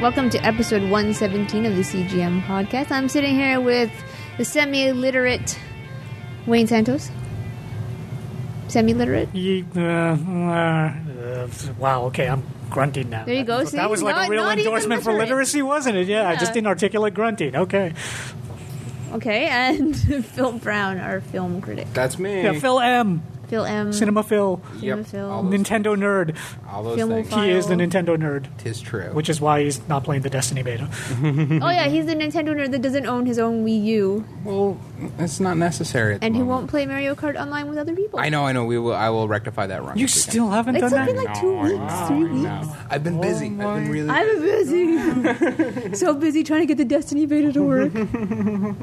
Welcome to episode 117 of the CGM podcast. I'm sitting here with the semi literate Wayne Santos. Semi literate? Ye- uh, uh, wow, okay, I'm grunting now. There you go, That, see? that was like Not- a real not even endorsement for literate. literacy, wasn't it? Yeah, I Yeah. just inarticulate grunting. Okay. Okay, and Phil Brown, our film critic. That's me. Yeah, Phil M. Phil M. Cinema Phil. Yep. Cinephile. All those, Nintendo nerd. all those Filmophile. things. He is the Nintendo nerd, Tis true. which is why he's not playing the Destiny beta. Oh, yeah, he's the Nintendo nerd that doesn't own his own Wii U, well, it's not necessary. At the and he moment. won't play Mario Kart online with other people. I know. I know. We will. I will rectify that wrong. You still Oh haven't It's done something that? like two weeks, three weeks. I've been busy. I've been really. I'm busy. so busy trying to get the Destiny beta to work.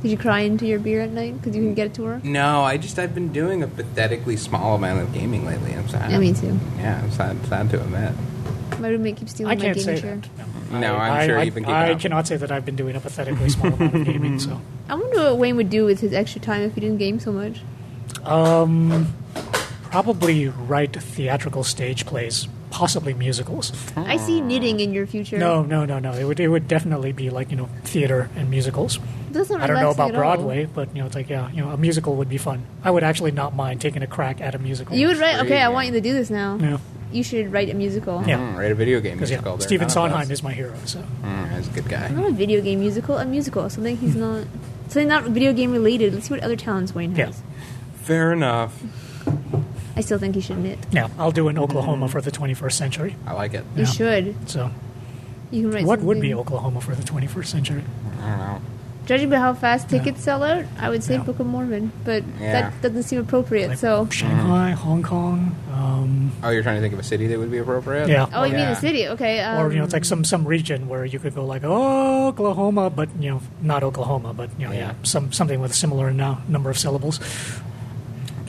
Did you cry into your beer at night because you can get it to work? no, I just I've been doing a pathetically small amount of gaming lately. I'm sad. Yeah, me too. yeah, I'm sad, sad to admit. My roommate keeps stealing I my can't gaming say chair. that. No, I'm I, sure I, you've been keeping I up. cannot say that I've been doing a pathetically small amount of gaming, so. I wonder what Wayne would do with his extra time if he didn't game so much. Um, probably write theatrical stage plays, possibly musicals. I Ah. see knitting in your future. No, no, no, no. It would it would definitely be like you know theater and musicals. that's not I don't know relaxing at about all. Broadway, but you know it's like yeah, you know a musical would be fun. I would actually not mind taking a crack at a musical. You would write. Okay, I Intriguing. want you to do this now. Yeah. You should write a musical. Yeah. Mm, write a video game. because musical. yeah, There are Stephen none of Sondheim us. is my hero. So Mm, he's a good guy. Not a video game musical. A musical. Something he's not. Something not video game related. Let's see what other talents Wayne Yeah. has. Fair enough. I still think he should knit. yeah, I'll do an Oklahoma for the 21st century. I like it. You Yeah. should. So You can write. what would something. be Oklahoma for the 21st century? I don't know. Judging by how fast tickets sell out, I would say Yeah. Book of Mormon, but Yeah. that doesn't seem appropriate. Like So, Shanghai, Hong Kong, um, Oh, you're trying to think of a city that would be appropriate? yeah. oh, you mean Yeah. the city? Okay. Um, or you know, it's like some some region where you could go like oh, Oklahoma, but you know, not Oklahoma, but you know, yeah, Yeah. some something with a similar no, number of syllables.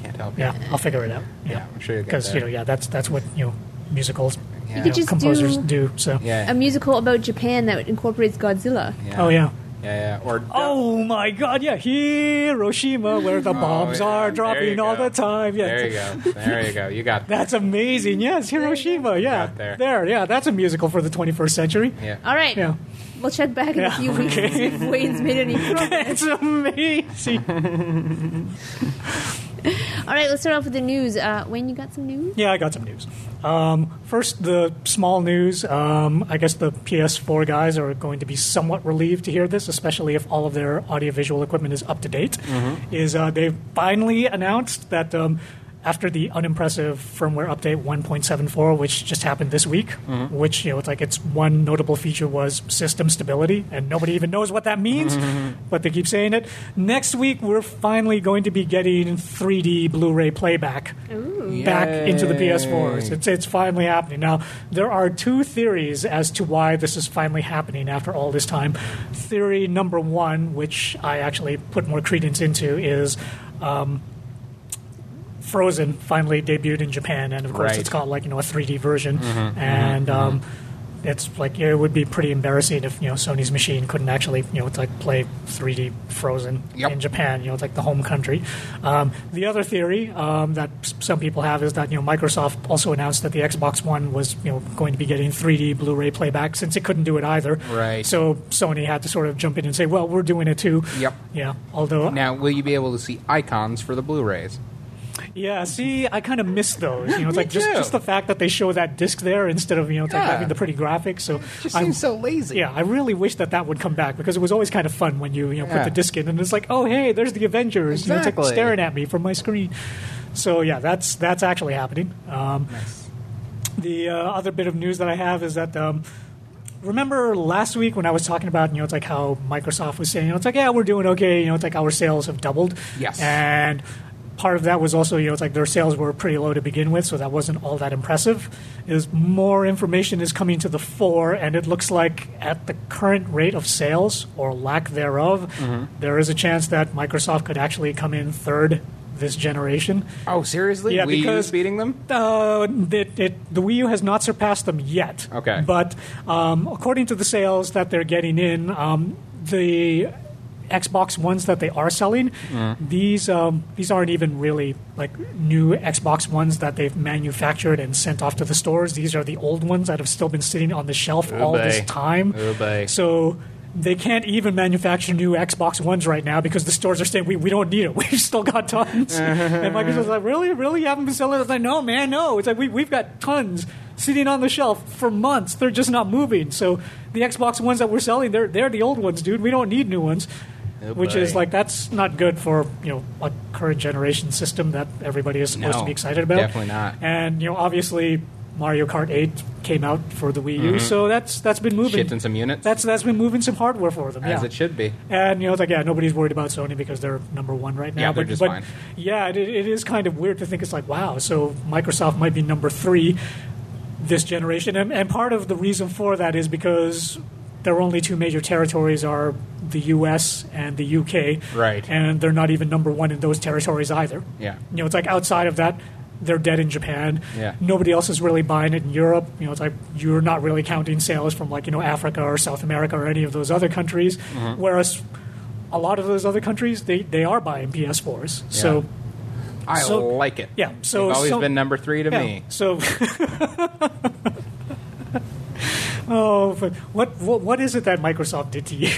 Can't help you. Yeah, I'll figure it out. Yeah, I'm sure you'll get because you know, there. yeah, that's that's what you know, musicals, You you could know, just composers do- do. So, Yeah. a musical about Japan that incorporates Godzilla. yeah. oh yeah. Yeah, yeah. Or Oh my God! Yeah, Hiroshima, where the Oh, bombs yeah. are There you dropping go. all the time. Yeah, There you go. There you go. You got that. that's amazing. Yes, Hiroshima. Yeah, Got there. yeah, that's a musical for the 21st century. Yeah. All right. Yeah, We'll check back in a Yeah, few weeks to see if Wayne's made any progress. it's amazing. All right, let's start off with the news. Uh, Wayne, you got some news? Yeah, I got some news. Um, first, the small news. Um, I guess the PS4 guys are going to be somewhat relieved to hear this, especially if all of their audiovisual equipment is up to date. Is uh, they finally announced that um, after the unimpressive firmware update 1.74, which just happened this week, which you know it's like its one notable feature was system stability, and nobody even knows what that means, but they keep saying it. Next week, we're finally going to be getting 3D Blu-ray playback back into the PS4s. Yay. It's, it's finally happening. Now, there are two theories as to why this is finally happening after all this time. Theory number one, which I actually put more credence into, is. Um, Frozen finally debuted in Japan, and of course, Right. it's got like you know a 3D version, Mm-hmm. and um, it's like it would be pretty embarrassing if you know Sony's machine couldn't actually you know it's like play 3D Frozen Yep. in Japan. You know, it's like the home country. Um, the other theory um, that s- some people have is that you know Microsoft also announced that the Xbox One was you know going to be getting 3D Blu-ray playback since it couldn't do it either. Right. So Sony had to sort of jump in and say, "Well, we're doing it too." Yep. Yeah. Although Now, will you be able to see icons for the Blu-rays? Yeah, see, I kind of miss those. You know, it's Me like just, too. just the fact that they show that disc there instead of you know it's like Yeah. having the pretty graphics. So Just I, seems so lazy. yeah, I really wish that that would come back because it was always kind of fun when you you know put Yeah. the disc in and it's like, oh hey, there's the Avengers. You know, it's like Exactly. staring at me from my screen. So yeah, that's that's actually happening. Um, the uh, other bit of news that I have is that. Um, Remember last week when I was talking about you know it's like how Microsoft was saying you know it's like yeah we're doing okay you know it's like our sales have doubled Yes. and part of that was also you know it's like their sales were pretty low to begin with so that wasn't all that impressive is more information is coming to the fore and it looks like at the current rate of sales or lack thereof there is a chance that microsoft could actually come in third this generation Oh, seriously? Yeah, Wii U's because- beating them? uh, it, it, the Wii U has not surpassed them yet. Okay. But um, according to the sales that they're getting in, um, the Xbox ones that they are selling, these um, these aren't even really like new Xbox ones that they've manufactured and sent off to the stores. These are the old ones that have still been sitting on the shelf all boy. this time. Oh, boy. So they can't even manufacture new Xbox Ones right now because the stores are saying we, we don't need it. We've still got tons. Uh-huh. and Microsoft's like, really, really, you haven't been selling? it?" I was like, no, man, no. It's like we we've got tons sitting on the shelf for months. They're just not moving. So the Xbox Ones that we're selling, they're they're the old ones, dude. We don't need new ones. Oh, Which is boy. like that's not good for you know a current generation system that everybody is supposed No, to be excited about. definitely not. And you know, obviously, Mario Kart 8 came out for the Wii U, so that's that's been moving. Shitting Mm-hmm. some units. That's that's been moving some hardware for them. as yeah. it should be. And you know, it's like yeah, nobody's worried about Sony because they're number one right now. Yeah, they're but, just but fine. yeah, it, it is kind of weird to think it's like wow, so Microsoft might be number three this generation, and, and part of the reason for that is because their only two major territories are the U.S. and the U.K. Right. and they're not even number one in those territories either. Yeah. you know, it's like outside of that. They're dead in Japan. Yeah. Nobody else is really buying it in Europe. You know, it's like you're not really counting sales from like, you know, Africa or South America or any of those other countries. Mm-hmm. Whereas a lot of those other countries, they, they are buying PS4s. So, I So- like it. yeah, so- They've always so- been number three to yeah. me. So, oh, but what, what, what is it that Microsoft did to you?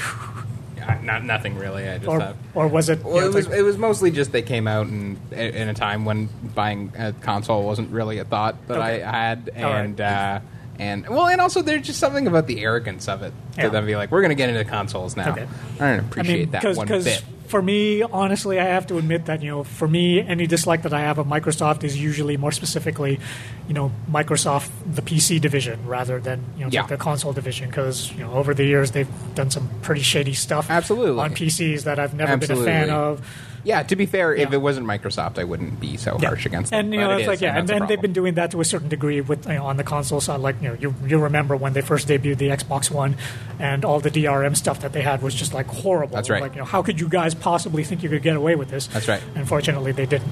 Uh, not nothing really. I just Or, thought. or was it. you Well, know, it it's was like- it was mostly just they came out in in a time when buying a console wasn't really a thought that Okay. I had, All right. and uh, and well, and also there's just something about the arrogance of it Yeah. to then be like, we're going to get into consoles now. Okay. I don't appreciate that cause, one 'cause bit. For me, honestly, I have to admit that you know, for me, any dislike that I have of Microsoft is usually more specifically, you know, Microsoft the PC division rather than you know it's Yeah. like the console division because you know over the years they've done some pretty shady stuff Absolutely. on PCs that I've never Absolutely. been a fan of. Yeah, to be fair, if Yeah. it wasn't Microsoft, I wouldn't be so harsh against them. And you but know, it it's is, like yeah, and, that's a and they've been problem. doing that to a certain degree with you know, on the console side. Like you know, you you remember when they first debuted the Xbox One, and all the DRM stuff that they had was just like horrible. That's right. Like you know, how could you guys possibly think you could get away with this? That's right. Unfortunately, they didn't.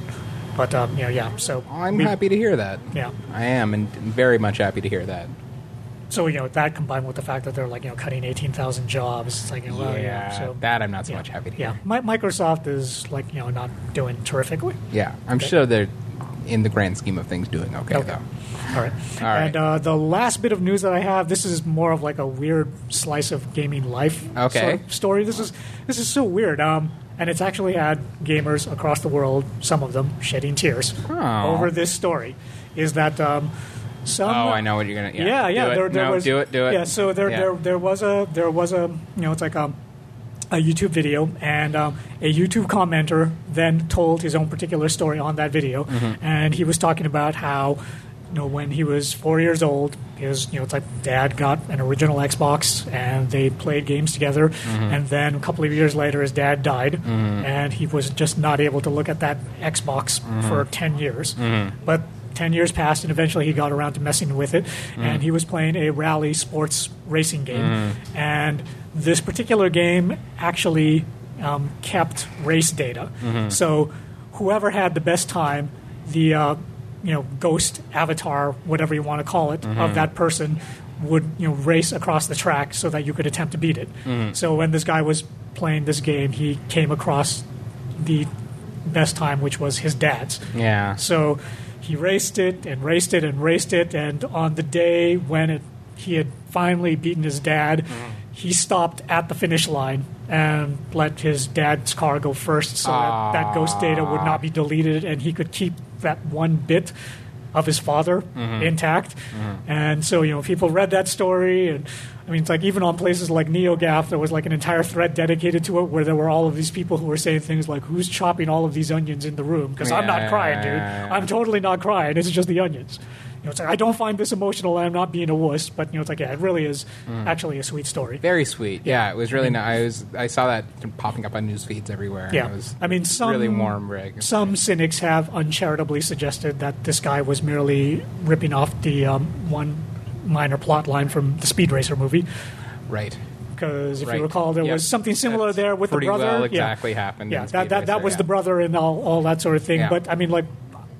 But um, you know, yeah. So I'm we- happy to hear that. Yeah. I am, and very much happy to hear that. So you know that combined with the fact that they're like you know cutting eighteen thousand jobs, it's like you know, well, yeah. So that I'm not so yeah. much happy to hear. Yeah, Mi- Microsoft is like you know not doing terrifically. Yeah, I'm sure they're in the grand scheme of things doing okay, though. All right. All right. And uh, the last bit of news that I have, this is more of like a weird slice of gaming life Okay. sort of story. This is this is so weird. Um, and it's actually had gamers across the world, some of them shedding tears Oh. over this story. Is that um, some? Oh, I know what you're gonna. yeah, Yeah, yeah. Do it. There, there no, was, do it, do it. Yeah, so there, Yeah. there, there was a, there was a, you know, it's like um a YouTube video, and um, a YouTube commenter then told his own particular story on that video, Mm-hmm. and he was talking about how, you know, when he was four years old, his, you know, it's like dad got an original Xbox, and they played games together, Mm-hmm. and then a couple of years later, his dad died, and he was just not able to look at that Xbox Mm-hmm. for ten years, but 10 years passed and eventually he got around to messing with it and he was playing a rally sports racing game and this particular game actually um, kept race data so whoever had the best time the uh, you know ghost avatar whatever you want to call it of that person would you know race across the track so that you could attempt to beat it so when this guy was playing this game he came across the best time which was his dad's Yeah. so he raced it and raced it and raced it, and on the day when it, he had finally beaten his dad, he stopped at the finish line and let his dad's car go first so that, that ghost data would not be deleted and he could keep that one bit of his father intact. And so, you know, people read that story and I mean, it's like even on places like NeoGAF, there was like an entire thread dedicated to it where there were all of these people who were saying things like, who's chopping all of these onions in the room? Because I'm not crying, dude. Yeah. I'm totally not crying. It's just the onions. You know, it's like, I don't find this emotional and I'm not being a wuss, but, you know, it's like, yeah, it really is actually a sweet story. Very sweet. Mm. Yeah, it was really nice. I was I saw that popping up on news feeds everywhere. Yeah. It was I mean, some, really warm rig. Some cynics have uncharitably suggested that this guy was merely ripping off the um, one minor plot line from the Speed Racer movie. right. because if Right. you recall, there Yep. was something similar That's there with the pretty brother. well Yeah. exactly happened Yeah, in that, Speed that, that Racer, was yeah. the brother and all, all that sort of thing. Yeah. But I mean, like,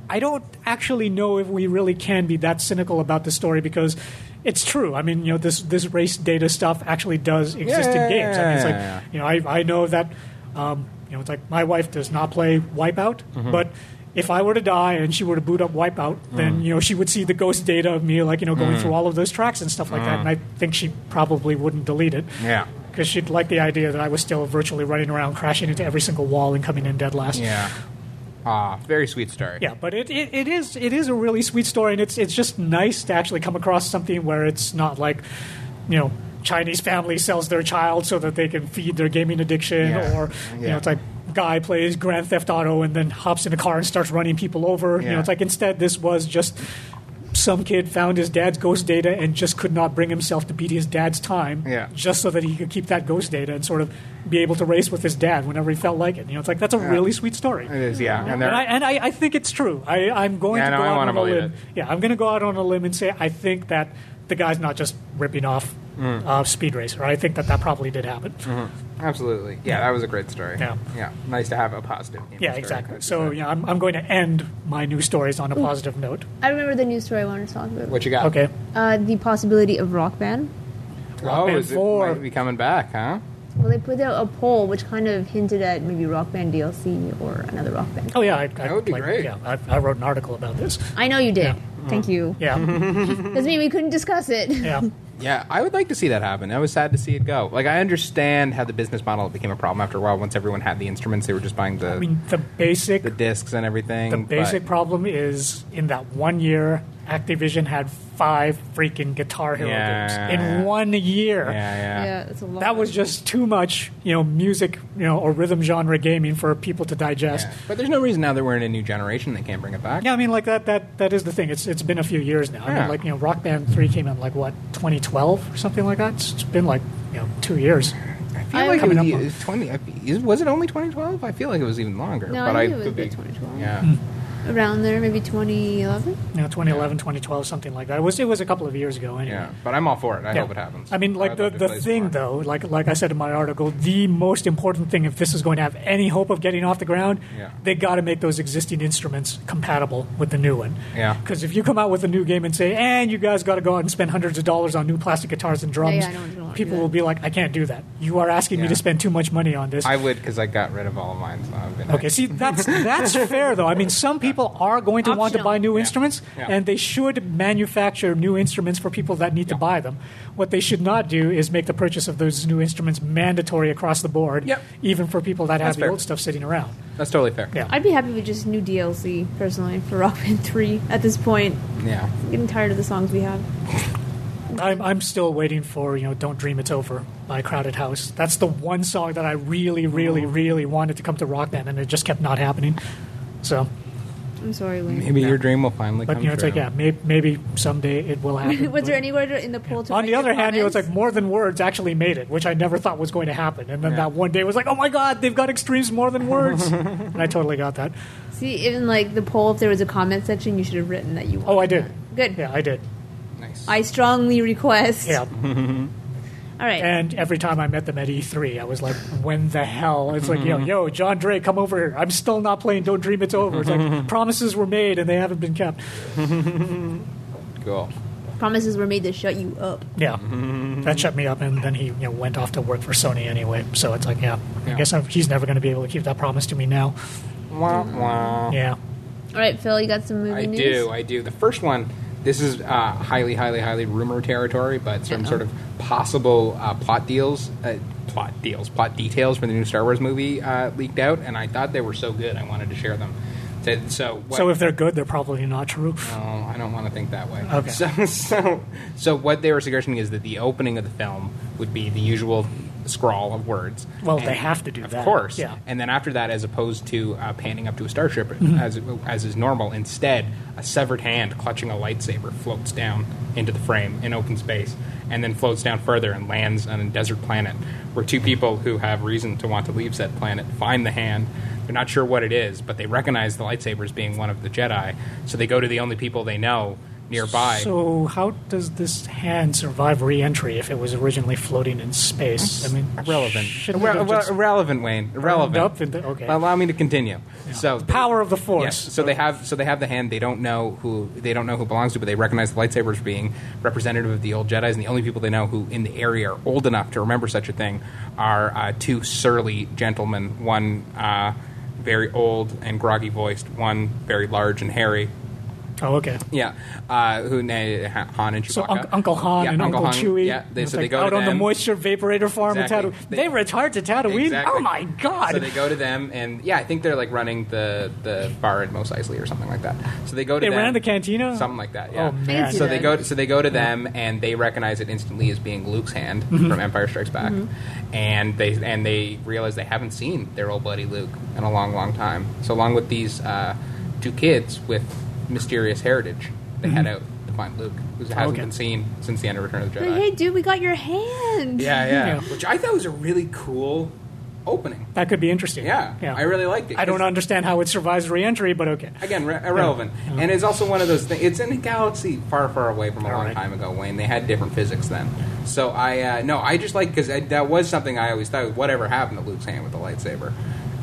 I don't actually know if we really can be that cynical about the story because it's true. I mean, you know, this this race data stuff actually does exist in games. I mean, it's Yeah. like you know, I, I know that Um, you know, it's like my wife does not play Wipeout, Mm-hmm. but if I were to die and she were to boot up Wipeout, Mm. then you know she would see the ghost data of me, like you know, going through all of those tracks and stuff like that. And I think she probably wouldn't delete it. Mm. Yeah. Because she'd like the idea that I was still virtually running around, crashing into every single wall and coming in dead last. Yeah. Ah, very sweet story. Yeah, but it, it, it is it is a really sweet story, and it's it's just nice to actually come across something where it's not like, you know, Chinese family sells their child so that they can feed their gaming addiction, Yeah. or you Yeah. know, it's like guy plays Grand Theft Auto and then hops in a car and starts running people over. You Yeah. know, it's like instead this was just some kid found his dad's ghost data and just could not bring himself to beat his dad's time Yeah. just so that he could keep that ghost data and sort of be able to race with his dad whenever he felt like it. You know, it's like that's a really sweet story. It is, yeah. And And, there, I, and I, I think it's true. I, I'm going Yeah, to no, go I out wanna on a believe limb. it. Yeah, I'm going to go out on a limb and say I think that the guy's not just ripping off Mm. uh, Speed Racer. I think that that probably did happen. Mm-hmm. absolutely. Yeah, that was a great story. Yeah. Yeah. Nice to have a positive. gaming Yeah, story. exactly. That's So it. yeah, I'm, I'm going to end my news stories on a positive note. I remember the news story I wanted to talk about. What you got? Okay. Uh, the possibility of Rock Band. Oh, Band is it four. might be coming back, huh? Well, they put out a poll which kind of hinted at maybe Rock Band DLC or another Rock Band. Oh yeah, I, I, That would be like, great. Yeah, I, I wrote an article about this. I know you did. Yeah. Thank you. Yeah, Doesn't mean we couldn't discuss it. yeah, Yeah, I would like to see that happen. I was sad to see it go. Like, I understand how the business model became a problem after a while. Once everyone had the instruments, they were just buying the I mean the basic the discs and everything. The basic but- problem is in that one year, Activision had five freaking Guitar Hero Yeah. games in one year. yeah, yeah, that's a lot. That was just too much, you know, music, you know, or rhythm genre gaming for people to digest. yeah. But there's no reason now that we're in a new generation they can't bring it back. Yeah, I mean, like that, that, that is the thing. It's, it's been a few years now. I Yeah. mean, like, you know, Rock Band 3 came out, like, what, 2012 or something like that? It's, it's been, like, you know, two years. I feel I- like it Coming was, up on- it was twenty. I fe- is- Was it only 2012? I feel like it was even longer. No, but I I think it was could be. about 2012. Yeah. Hmm. around there, maybe 2011. You know, 2011, 2012, something like that. It was, it was a couple of years ago, anyway. Yeah, but I'm all for it. I Yeah. hope it happens. I mean, like I'd the, love to the play some thing more. though, like like I said in my article, the most important thing if this is going to have any hope of getting off the ground, Yeah. they got to make those existing instruments compatible with the new one. Yeah. Because if you come out with a new game and say, "And you guys got to go out and spend hundreds of dollars on new plastic guitars and drums," yeah, I don't wanna do people that. will be like, "I can't do that. You are asking Yeah. me to spend too much money on this." I would because I got rid of all of mine. So I've been Okay, see that's that's fair though. I mean, some people are going to want to Optional. buy new Yeah. instruments, Yeah. and they should manufacture new instruments for people that need to Yeah. buy them. What they should not do is make the purchase of those new instruments mandatory across the board, Yep. even for people that have That's fair. the old stuff sitting around. That's totally fair. Yeah. I'd be happy with just new DLC personally for Rock Band 3 at this point. Yeah. I'm getting tired of the songs we have. I'm I'm still waiting for you know "Don't Dream It's Over" by Crowded House. That's the one song that I really, really, really wanted to come to Rock Band, and it just kept not happening. So, I'm sorry, Wayne. Maybe your dream will finally but come you know, it's true. like yeah, maybe, maybe someday it will happen. Was But- there anywhere to- in the poll to On write the other your hand, it was like comments? more than words actually made it, which I never thought was going to happen. And then Yeah. that one day was like, oh my god, they've got extremes more than words. and I totally got that. See, even like the poll, if there was a comment section, you should have written that you wanted. Oh, I did. that. Good. Yeah, I did. Nice. I strongly request. Yeah. All right. And every time I met them at E3, I was like, when the hell? It's like, yo, Mm-hmm. yo, John Drake, come over here. I'm still not playing Don't Dream It's Over. It's like, promises were made and they haven't been kept. cool. Promises were made to shut you up. Yeah. Mm-hmm. That shut me up. And then he you know, went off to work for Sony anyway. So it's like, yeah, Yeah. I guess I'm, he's never going to be able to keep that promise to me now. Wah, wah. Yeah. All right, Phil, you got some movie I news? do. I do. The first one. This is uh, highly, highly, highly rumor territory, but some Uh-oh. sort of possible uh, plot deals, uh, plot deals, plot details for the new Star Wars movie uh, leaked out, and I thought they were so good, I wanted to share them. So, so, what- So if they're good, they're probably not true. No, I don't want to think that way. Okay. So, so, so what they were suggesting is that the opening of the film would be the usual scrawl of words. Well, they have to do of that. course. Yeah. And then after that, as opposed to uh, panning up to a starship Mm-hmm. as as is normal, instead a severed hand clutching a lightsaber floats down into the frame in open space, and then floats down further and lands on a desert planet, where two people who have reason to want to leave said planet find the hand. They're not sure what it is, but they recognize the lightsaber as being one of the Jedi, so they go to the only people they know nearby. So, how does this hand survive re-entry if it was originally floating in space? I mean, Irrelevant. shouldn't it Irre- have irre- just irrelevant, Wayne. Irrelevant. up in the- okay. Allow me to continue. So power of the force? Yes. So they have so they have the hand. They don't know who they don't know who belongs to, but they recognize the lightsaber as being representative of the old Jedi's, and the only people they know who in the area are old enough to remember such a thing are uh, two surly gentlemen. One uh, very old and groggy voiced. One very large and hairy. Oh, okay. Yeah, uh, who na- Ha- Han and Chewbacca. So Unc Uncle Han Yeah, and Uncle, Chewie, Yeah, they, it's so they like go out to on the them. moisture evaporator farm. in Exactly. Tatooine. They- They, retired to Tatooine. Exactly. Oh my god! So they go to them, and yeah, I think they're like running the the bar at Mos Eisley or something like that. So they go to They them, ran the cantina? something like that. Yeah. Oh, man. Fancy So they that. go. So they go to them, and they recognize it instantly as being Luke's hand Mm-hmm. from Empire Strikes Back, and they and they realize they haven't seen their old buddy Luke in a long, long time. So along with these uh, two kids with mysterious heritage, they head out to find Luke, who hasn't Mm-hmm. Okay. been seen since the end of Return of the Jedi. Like, hey, dude, we got your hand. Yeah, yeah, Yeah. Which I thought was a really cool opening. That could be interesting. Yeah, I really liked it. I don't understand how it survives re-entry, but okay. Again, re- irrelevant, and it's also one of those things. It's in a galaxy far, far away from a long Alright. time ago, Wayne. They had different physics then. So I uh, no, I just like because that was something I always thought. Whatever happened to Luke's hand with the lightsaber,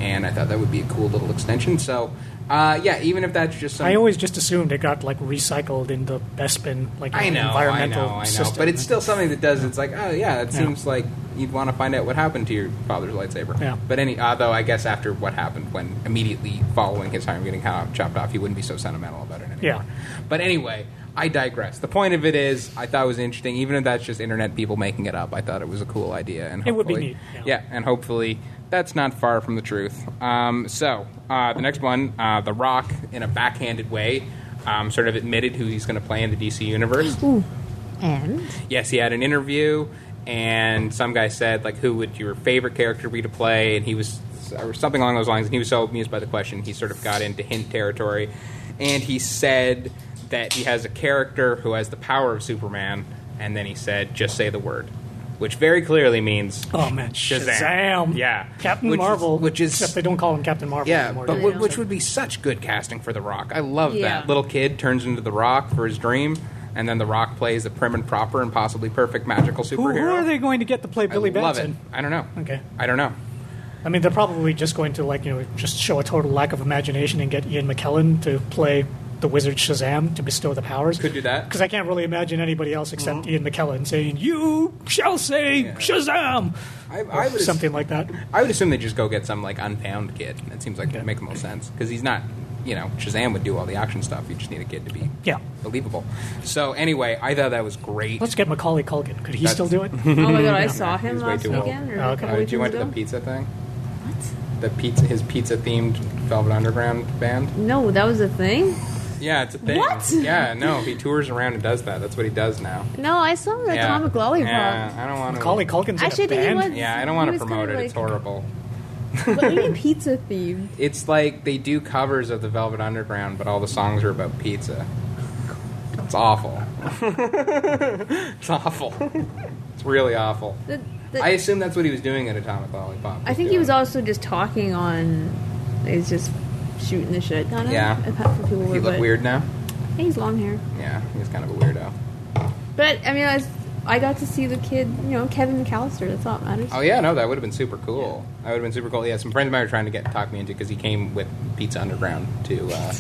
and I thought that would be a cool little extension. So uh, yeah, even if that's just some, I always just assumed it got like recycled in the Bespin like I know, I environmental know, I know, system. but it's still something that does. It's like, oh yeah, it Yeah. seems like you'd want to find out what happened to your father's lightsaber. Yeah. But any, although I guess after what happened, when immediately following his arm getting kind of chopped off, he wouldn't be so sentimental about it anymore. Yeah. But anyway, I digress. The point of it is, I thought it was interesting, even if that's just internet people making it up. I thought it was a cool idea, and It would be hopefully- neat, Yeah. yeah. and hopefully. That's not far from the truth. Um, so, uh, the next one, uh, The Rock, in a backhanded way, um, sort of admitted who he's going to play in the DC universe. Ooh. And yes, he had an interview, and some guy said like, "Who would your favorite character be to play?" And he was or something along those lines, and he was so amused by the question, he sort of got into hint territory, and he said that he has a character who has the power of Superman, and then he said, "Just say the word," which very clearly means oh man, Shazam. Yeah. Captain Which is- Marvel. which is- except they don't call him Captain Marvel yeah, anymore. but do w- they? which would be such good casting for The Rock. I love Yeah. that little kid turns into The Rock for his dream, and then The Rock plays the prim and proper and possibly perfect magical superhero. who, who are they going to get to play Billy I love Batson? it. I don't know. Okay. I don't know. I mean, they're probably just going to like you know just show a total lack of imagination and get Ian McKellen to play the wizard Shazam to bestow the powers. Could do that. Mm-hmm. because I can't really imagine anybody else except Ian McKellen saying "You shall say Shazam" I, or I would something like that. I would assume they just go get some like unbound kid. It seems like it Okay. would make the most sense because he's not. You know, Shazam would do all the action stuff. You just need a kid to be Yeah. believable. So anyway, I thought that was great. Let's get Macaulay Culkin. Could he That's- still do it? oh my god, I Yeah. saw him He's way last too old. weekend or Oh, a okay. couple uh, did weekends you went to ago. the pizza thing? What? The pizza, his pizza themed Velvet Underground band. No, that was a thing. Yeah, it's a thing. What? Yeah, no, he tours around and does that. That's what he does now. No, I saw him at yeah. Atomic Lollipop. Yeah, I don't want Macaulay Culkin's Actually, in I a think he band. was- Yeah, I don't He want to was kind promote it. of It's like- horrible. But what do you mean pizza themed? It's like they do covers of the Velvet Underground, but all the songs are about pizza. It's awful. it's awful. It's really awful. The, the, I I, assume that's what he was doing at Atomic Lollipop. think he was doing- also just talking on. He's just shooting the shit. I don't Yeah. know. Apart from people He were, look but- weird now. Yeah, He's long hair. Yeah, he's kind of a weirdo. But I mean, I, was, I got to see the kid, you know, Kevin McAllister. That's all that matters. Oh yeah, no, that would have been super cool. That would have been super cool. Yeah, some friends of mine were trying to get talk me into because he came with Pizza Underground to uh,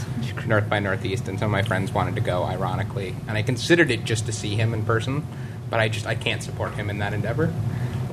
North by Northeast, and some of my friends wanted to go, ironically, and I considered it just to see him in person, but I just I can't support him in that endeavor.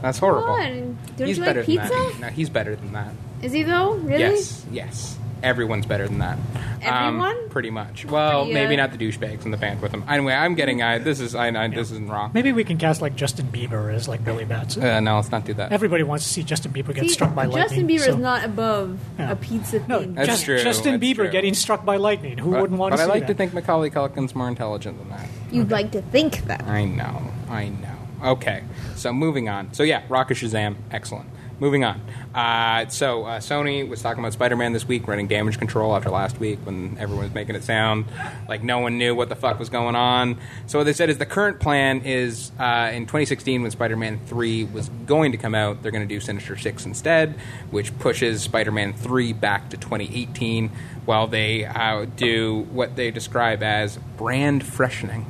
That's horrible. on. Don't he's you like better than that. pizza? No, he's better than that. Is he though? Really? Yes, yes. Everyone's better than that. Um, Everyone? pretty much. Well, Pretty, uh, maybe not the douchebags in the band with him. Anyway, I'm getting. I this is. I, I this isn't wrong. Maybe we can cast like Justin Bieber as like Billy Batson. Uh, no, let's not do that. Everybody wants to see Justin Bieber get See, struck by Justin lightning. Bieber so- is not above Yeah. a pizza themed. No, That's just, true, Justin that's Bieber true. getting struck by lightning. Who But- wouldn't want But to I see like that? to think Macaulay Culkin's more intelligent than that. You'd like to think that. I know. I know. Okay. So moving on. So yeah, Rock of Shazam, excellent. moving on. Uh, so uh, Sony was talking about Spider-Man this week, running damage control after last week when everyone was making it sound like no one knew what the fuck was going on. So what they said is the current plan is uh, in 2016 when Spider-Man 3 was going to come out, they're going to do Sinister Six instead, which pushes Spider-Man 3 back to 2018, while they uh, do what they describe as brand freshening.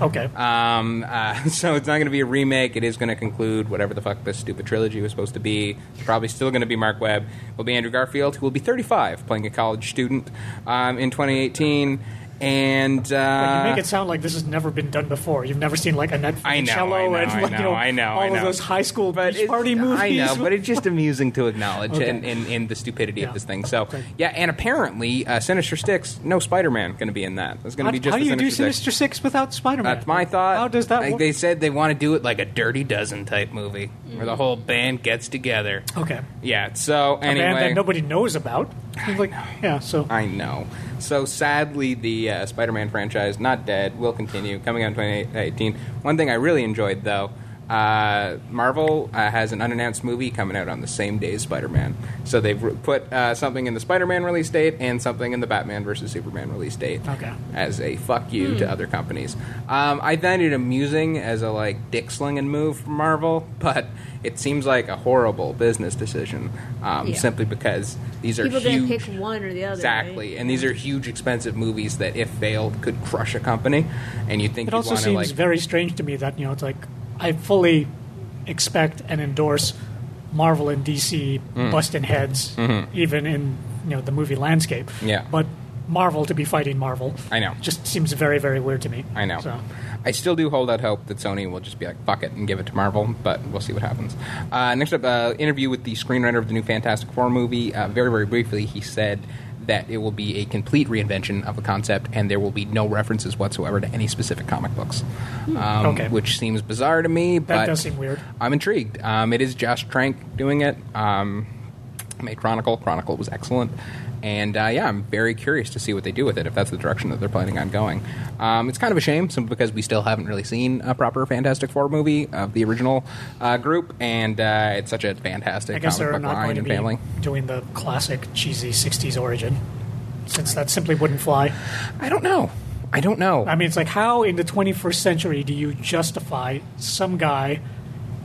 Okay. Um, uh, so it's not going to be a remake. It is going to conclude whatever the fuck this stupid trilogy was supposed to be. It's probably still going to be Mark Webb. It'll be Andrew Garfield, who will be 35, playing a college student um, in 2018. And uh, Like, you make it sound like this has never been done before. You've never seen like Annette I know, Funicello I know, and I like, you know, know, I know, all I know. of those high school but beach it's- party movies. I know, but it's just amusing to acknowledge Okay. in, in, in the stupidity of Yeah. this thing. So Okay. yeah, and apparently uh, Sinister Six, no Spider-Man going to be in that. It's going how, to be just how do the you do Sinister Six. Sinister Six without Spider-Man? That's my thought. How does that Like, work? They said they want to do it like a Dirty Dozen type movie, where Mm. the whole band gets together. okay. Yeah. So A band anyway, that nobody knows about. Like, yeah. So I know. So sadly, the uh, Spider-Man franchise not dead. Will continue coming out in 2018. One thing I really enjoyed though. Uh, Marvel uh, has an unannounced movie coming out on the same day as Spider-Man, so they've re- put uh, something in the Spider-Man release date and something in the Batman versus Superman release date Okay. as a fuck you Hmm. to other companies. Um, I find it amusing as a like dick slinging move from Marvel, but it seems like a horrible business decision um, Yeah. simply because these are People huge. gonna pick one or the other. Exactly, right? and these are huge, expensive movies that, if failed, could crush a company. And you think It you also want seems to like very strange to me that you know it's like I fully expect and endorse Marvel and DC Mm. busting heads, even in you know the movie landscape. Mm-hmm. Yeah. but Marvel to be fighting Marvel, I know. just seems very very weird to me. I know. So. I still do hold out hope that Sony will just be like, fuck it, and give it to Marvel, but we'll see what happens. Uh, next up, uh, interview with the screenwriter of the new Fantastic Four movie. Uh, very, very briefly, he said that it will be a complete reinvention of the concept, and there will be no references whatsoever to any specific comic books. Um, Hmm. Okay. Which seems bizarre to me, That but does seem weird. I'm intrigued. Um, it is Josh Trank doing it. Um, made Chronicle. Chronicle was excellent. And uh, yeah, I'm very curious to see what they do with it if that's the direction that they're planning on going. Um, it's kind of a shame, simply because we still haven't really seen a proper Fantastic Four movie of the original uh, group, and uh, it's such a fantastic I guess comic they're book not line going to and be family. doing the classic cheesy '60s origin, since that simply wouldn't fly. I don't know. I don't know. I mean, it's like how in the 21st century do you justify some guy,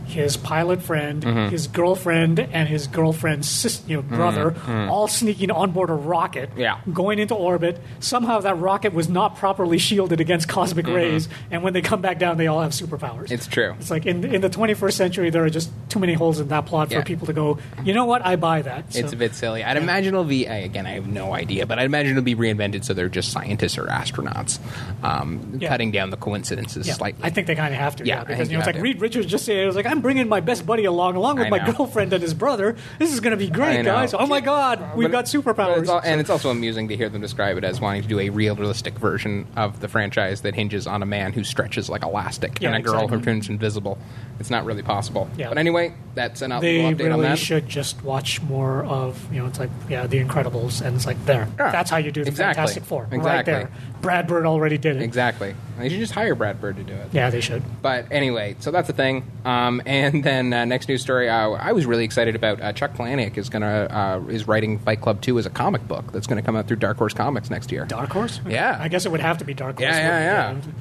his pilot friend, Mm-hmm. his girlfriend, and his girlfriend's sis, you know, brother, all sneaking on board a rocket, Mm-hmm. Yeah. going into orbit. Somehow that rocket was not properly shielded against cosmic rays, and when they come back down, they all have superpowers. Mm-hmm. it's true. It's like in in the 21st century, there are just too many holes in that plot Yeah. for people to go. You know what? I buy that. So- It's a bit silly. I'd imagine it'll be I- again. I have no idea, but I'd imagine it'll be reinvented so they're just scientists or astronauts, um, Yeah. cutting down the coincidences slightly. I think they kind of have to. Yeah, Yeah, I think because you you know, it's have like to. Reed Richards just said, "It was like I'm bringing my best buddy along, along with I my know. girlfriend and his brother. This is going to be I great, know. guys! Oh my God, we've But- got but superpowers!" it's al- and it's also amusing to hear them describe it as wanting to do a real, realistic version of the franchise that hinges on a man who stretches like elastic Yeah, and a girl who exactly. turns invisible. It's not really possible. Yeah. But anyway, that's an uh, they update on really that. should just watch more of you know, it's like yeah, The Incredibles, and it's like there. Yeah. That's how you do the Exactly. Fantastic Four, right Exactly. there. Brad Bird already did it. Exactly. They should just hire Brad Bird to do it. Yeah, they should. But anyway, so that's a thing. Um, and then uh, next news story, uh, I was really excited about. Uh, Chuck Palahniuk is gonna uh, is writing Fight Club Two as a comic book that's gonna come out through Dark Horse Comics next year. Dark Horse. Yeah. I guess it would have to be Dark Horse. Yeah, yeah, wouldn't it?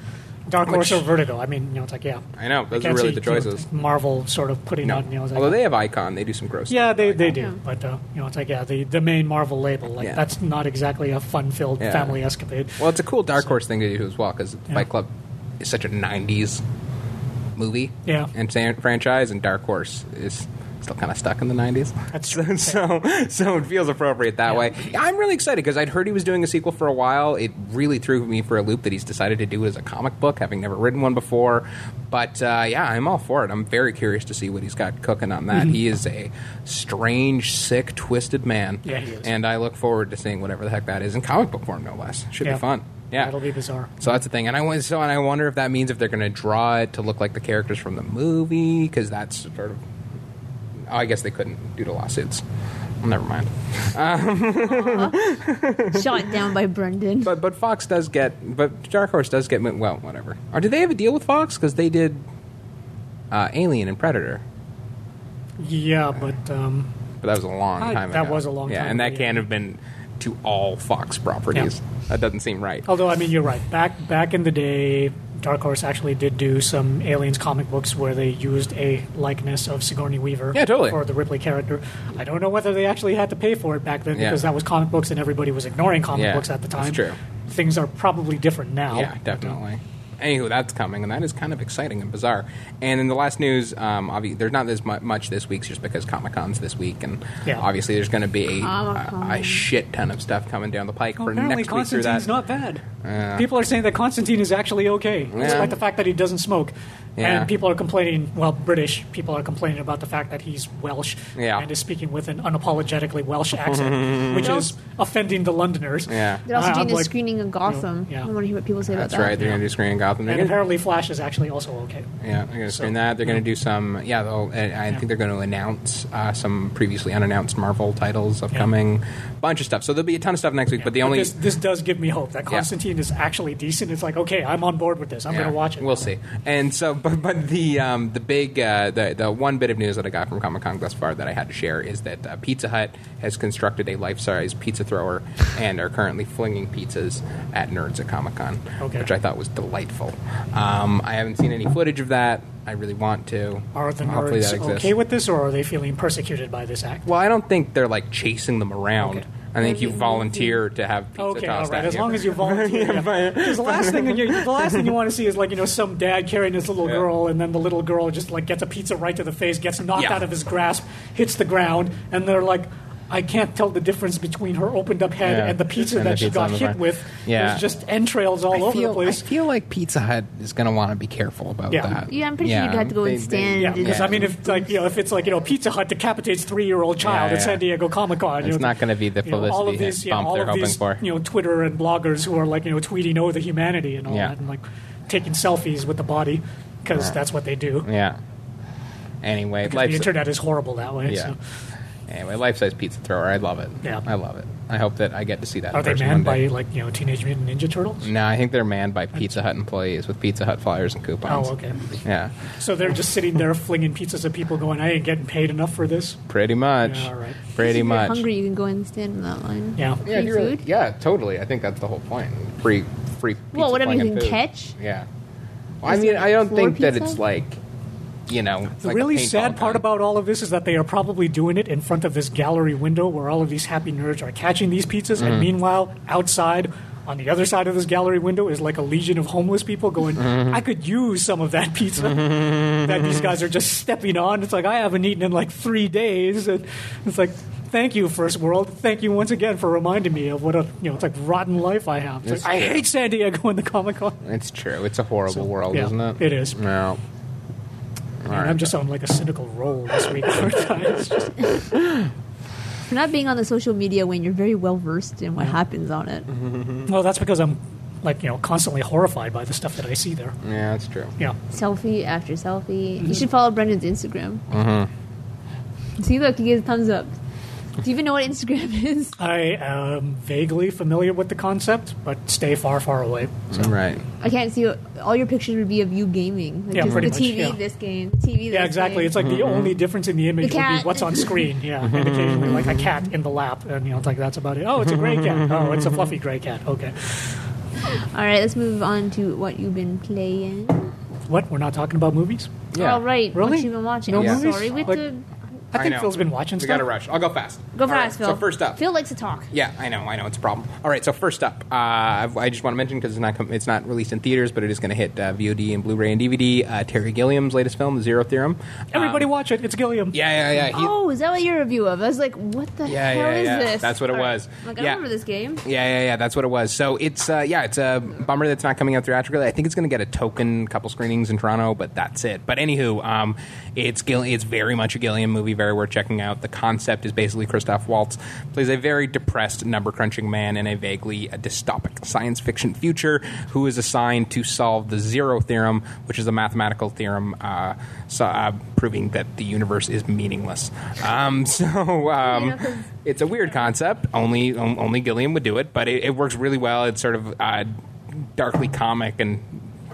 Dark Which- Horse or Vertigo. I mean, you know, it's like yeah. I know those are Can't really see, the you know, choices. Marvel sort of putting No, on you know, it's like, although they have Icon, they do some gross. Yeah, stuff. they, they do. But uh, you know, it's like yeah, the, the main Marvel label, like Yeah. that's not exactly a fun-filled Yeah. family escapade. Well, it's a cool Dark Horse thing to do as well because Yeah. Fight Club is such a '90s movie, Yeah. and san- franchise, and Dark Horse is still kind of stuck in the '90s. That's so, so, so it feels appropriate that Yeah. way. Yeah, I'm really excited because I'd heard he was doing a sequel for a while. It really threw me for a loop that he's decided to do it as a comic book, having never written one before. But uh, yeah, I'm all for it. I'm very curious to see what he's got cooking on that. Mm-hmm. He is a strange, sick, twisted man. Yeah, he is. And I look forward to seeing whatever the heck that is in comic book form, no less. Should Yeah. be fun. Yeah. That'll be bizarre. So that's the thing, and I wa- so and I wonder if that means if they're going to draw it to look like the characters from the movie because that's sort of. Oh, I guess they couldn't due to lawsuits. Well, never mind. shot down by Brendan. But but Fox does get, but Dark Horse does get. mo- Well, whatever. Or do they have a deal with Fox because they did uh, Alien and Predator? Yeah, but um, But that was a long I- time ago. that was a long yeah, time And that ago, yeah. can't have been to all Fox properties. That doesn't seem right. although I mean you're right. Back back in the day, Dark Horse actually did do some Aliens comic books where they used a likeness of Sigourney Weaver. Yeah, totally. For the Ripley character, I don't know whether they actually had to pay for it back then Yeah. because that was comic books and everybody was ignoring comic Yeah, books at the time. that's true. Things are probably different now. Yeah, definitely. Anywho, that's coming, and that is kind of exciting and bizarre. And in the last news, um, obvi- there's not as mu- much this week, just because Comic Con's this week, and Yeah. obviously there's going to be a, Comic-Con. a shit ton of stuff coming down the pike Well, for apparently next week through that. Constantine's not bad. People are saying that Constantine is actually okay, Yeah. despite the fact that he doesn't smoke. Yeah. And people are complaining, well, British people are complaining about the fact that he's Welsh Yeah. and is speaking with an unapologetically Welsh accent, which is offending the Londoners. Yeah. They're also I- doing I'm a like, screening of Gotham. yeah. I want to hear what people say that's about right. They're going to do screening Gotham. They're And gonna, apparently Flash is actually also okay. yeah, they're going to So- screen that. They're going to do some. Yeah, they'll, I, I think they're going to announce uh, some previously unannounced Marvel titles upcoming, bunch of stuff. So there'll be a ton of stuff next week. But the But only this, this does give me hope that Yeah. Constantine is actually decent. It's like, okay, I'm on board with this. I'm Yeah, going to watch it. We'll see. And so, but but the um, the big uh, the the one bit of news that I got from Comic Con thus far that I had to share is that uh, Pizza Hut has constructed a life size pizza thrower and are currently flinging pizzas at nerds at Comic Con, Okay. which I thought was delightful. Um, I haven't seen any footage of that. I really want to. Are the Hopefully nerds that exists. okay with this, or are they feeling persecuted by this act? well, I don't think they're like chasing them around. Okay. I think you volunteer to have pizza Okay, all tossed right. at As you. long as you volunteer. yeah. 'Cause the last thing you, the last thing you want to see is like you know some dad carrying his little Yeah. girl, and then the little girl just like gets a pizza right to the face, gets knocked Yeah. out of his grasp, hits the ground, and they're like. I can't tell the difference between her opened up head Yeah. and the pizza And that the she pizza got on the hit ground. with. Yeah. There's just entrails all I over feel, the place. I feel like Pizza Hut is going to want to be careful about Yeah. that. Yeah, I'm pretty sure you'd have to go and stand Yeah, because Yeah. I mean, if like you know, if it's like you know, Pizza Hut decapitates three-year-old child Yeah, at yeah. San Diego Comic Con, It's not gonna be the all of publicity these, hit you bump all they're of hoping these, for. You know, Twitter and bloggers who are like you know tweeting, "Oh, the humanity" and all Yeah. that, and like taking selfies with the body because that's what they do. Yeah. Anyway, The life. internet is horrible that way. Yeah. So. Anyway, life-size pizza thrower. I love it. Yeah. I love it. I hope that I get to see that. in Are they person manned one day. Mm. by like you know Teenage Mutant Ninja Turtles? No, I think they're manned by Pizza Hut employees with Pizza Hut flyers and coupons. Oh, okay. Yeah, So they're just sitting there flinging pizzas at people, going, "I ain't getting paid enough for this." pretty much. Yeah, all right. that. Pretty if you're much. hungry, you can go and stand in that line. Yeah. Yeah, if Free you're really- food? yeah, totally. I think that's the whole point. Free, free. Pizza Well, whatever you flinging can food. catch. Yeah. Well, I Is mean, it I don't floor think that pizza? it's like, you know, The like a really paintball sad part gun. about all of this is that they are probably doing it in front of this gallery window where all of these happy nerds are catching these pizzas, Mm-hmm. and meanwhile, outside on the other side of this gallery window is like a legion of homeless people going, Mm-hmm. I could use some of that pizza that these guys are just stepping on. It's like, I haven't eaten in like three days. And it's like, thank you, First World. Thank you once again for reminding me of what a, you know, it's like rotten life I have. It's like, I hate San Diego and the Comic Con. It's true. It's a horrible So, world, yeah, isn't it? it is. No. All And I'm just on like a cynical roll this week. It's just- For not being on the social media when you're very well versed in what happens on it. Well, that's because I'm like you know constantly horrified by the stuff that I see there. Yeah, that's true. Yeah, Selfie after selfie. Mm-hmm. You should follow Brendan's Instagram. Mm-hmm. See, look, he gives a thumbs up. Do you even know what Instagram is? I am vaguely familiar with the concept, but stay far, far away. So. Right. I can't see what, all your pictures would be of you gaming. Like Yeah, just pretty the much, TV, yeah. this game, TV. Yeah, this exactly. game. It's like the Mm-hmm. only difference in the image The would be cat. what's on screen. Yeah, and occasionally like Mm-hmm. a cat in the lap, and you know, it's like that's about it. Oh, it's a gray cat. Oh, it's a fluffy gray cat. Okay, all right. Let's move on to what you've been playing. what? We're not talking about movies. Yeah. All right. Really? What you been watching? No I'm movies? sorry. With Like- the I I think know. Phil's been watching We stuff. got to rush. I'll go fast. go All right, fast, Phil. So first up. Phil likes to talk. Yeah, I know, I know, it's a problem. All right, so first up, uh, I've- I just want to mention because it's not com- it's not released in theaters, but it is going to hit uh, VOD and Blu-ray and DVD. Uh, Terry Gilliam's latest film, Zero Theorem. Um, Everybody watch it. It's Gilliam. yeah, yeah, yeah. he- oh, is that what your review of? I was like, what the Yeah, hell yeah, is yeah. this? That's what it All right. was. I'm like, I Yeah. remember this game. Yeah, yeah, yeah. That's what it was. So it's uh, yeah, it's a bummer that's not coming out theatrically. I think it's going to get a token couple screenings in Toronto, but that's it. But anywho, um, it's Gill- it's very much a Gilliam movie, very worth checking out. The concept is basically Christoph Waltz plays a very depressed number crunching man in a vaguely uh, dystopic science fiction future who is assigned to solve the zero theorem, which is a mathematical theorem uh, so, uh, proving that the universe is meaningless. Um, so. Um, Yeah, 'cause- it's a weird concept. Only um, only Gilliam would do it, but it, it works really well. It's sort of uh, darkly comic and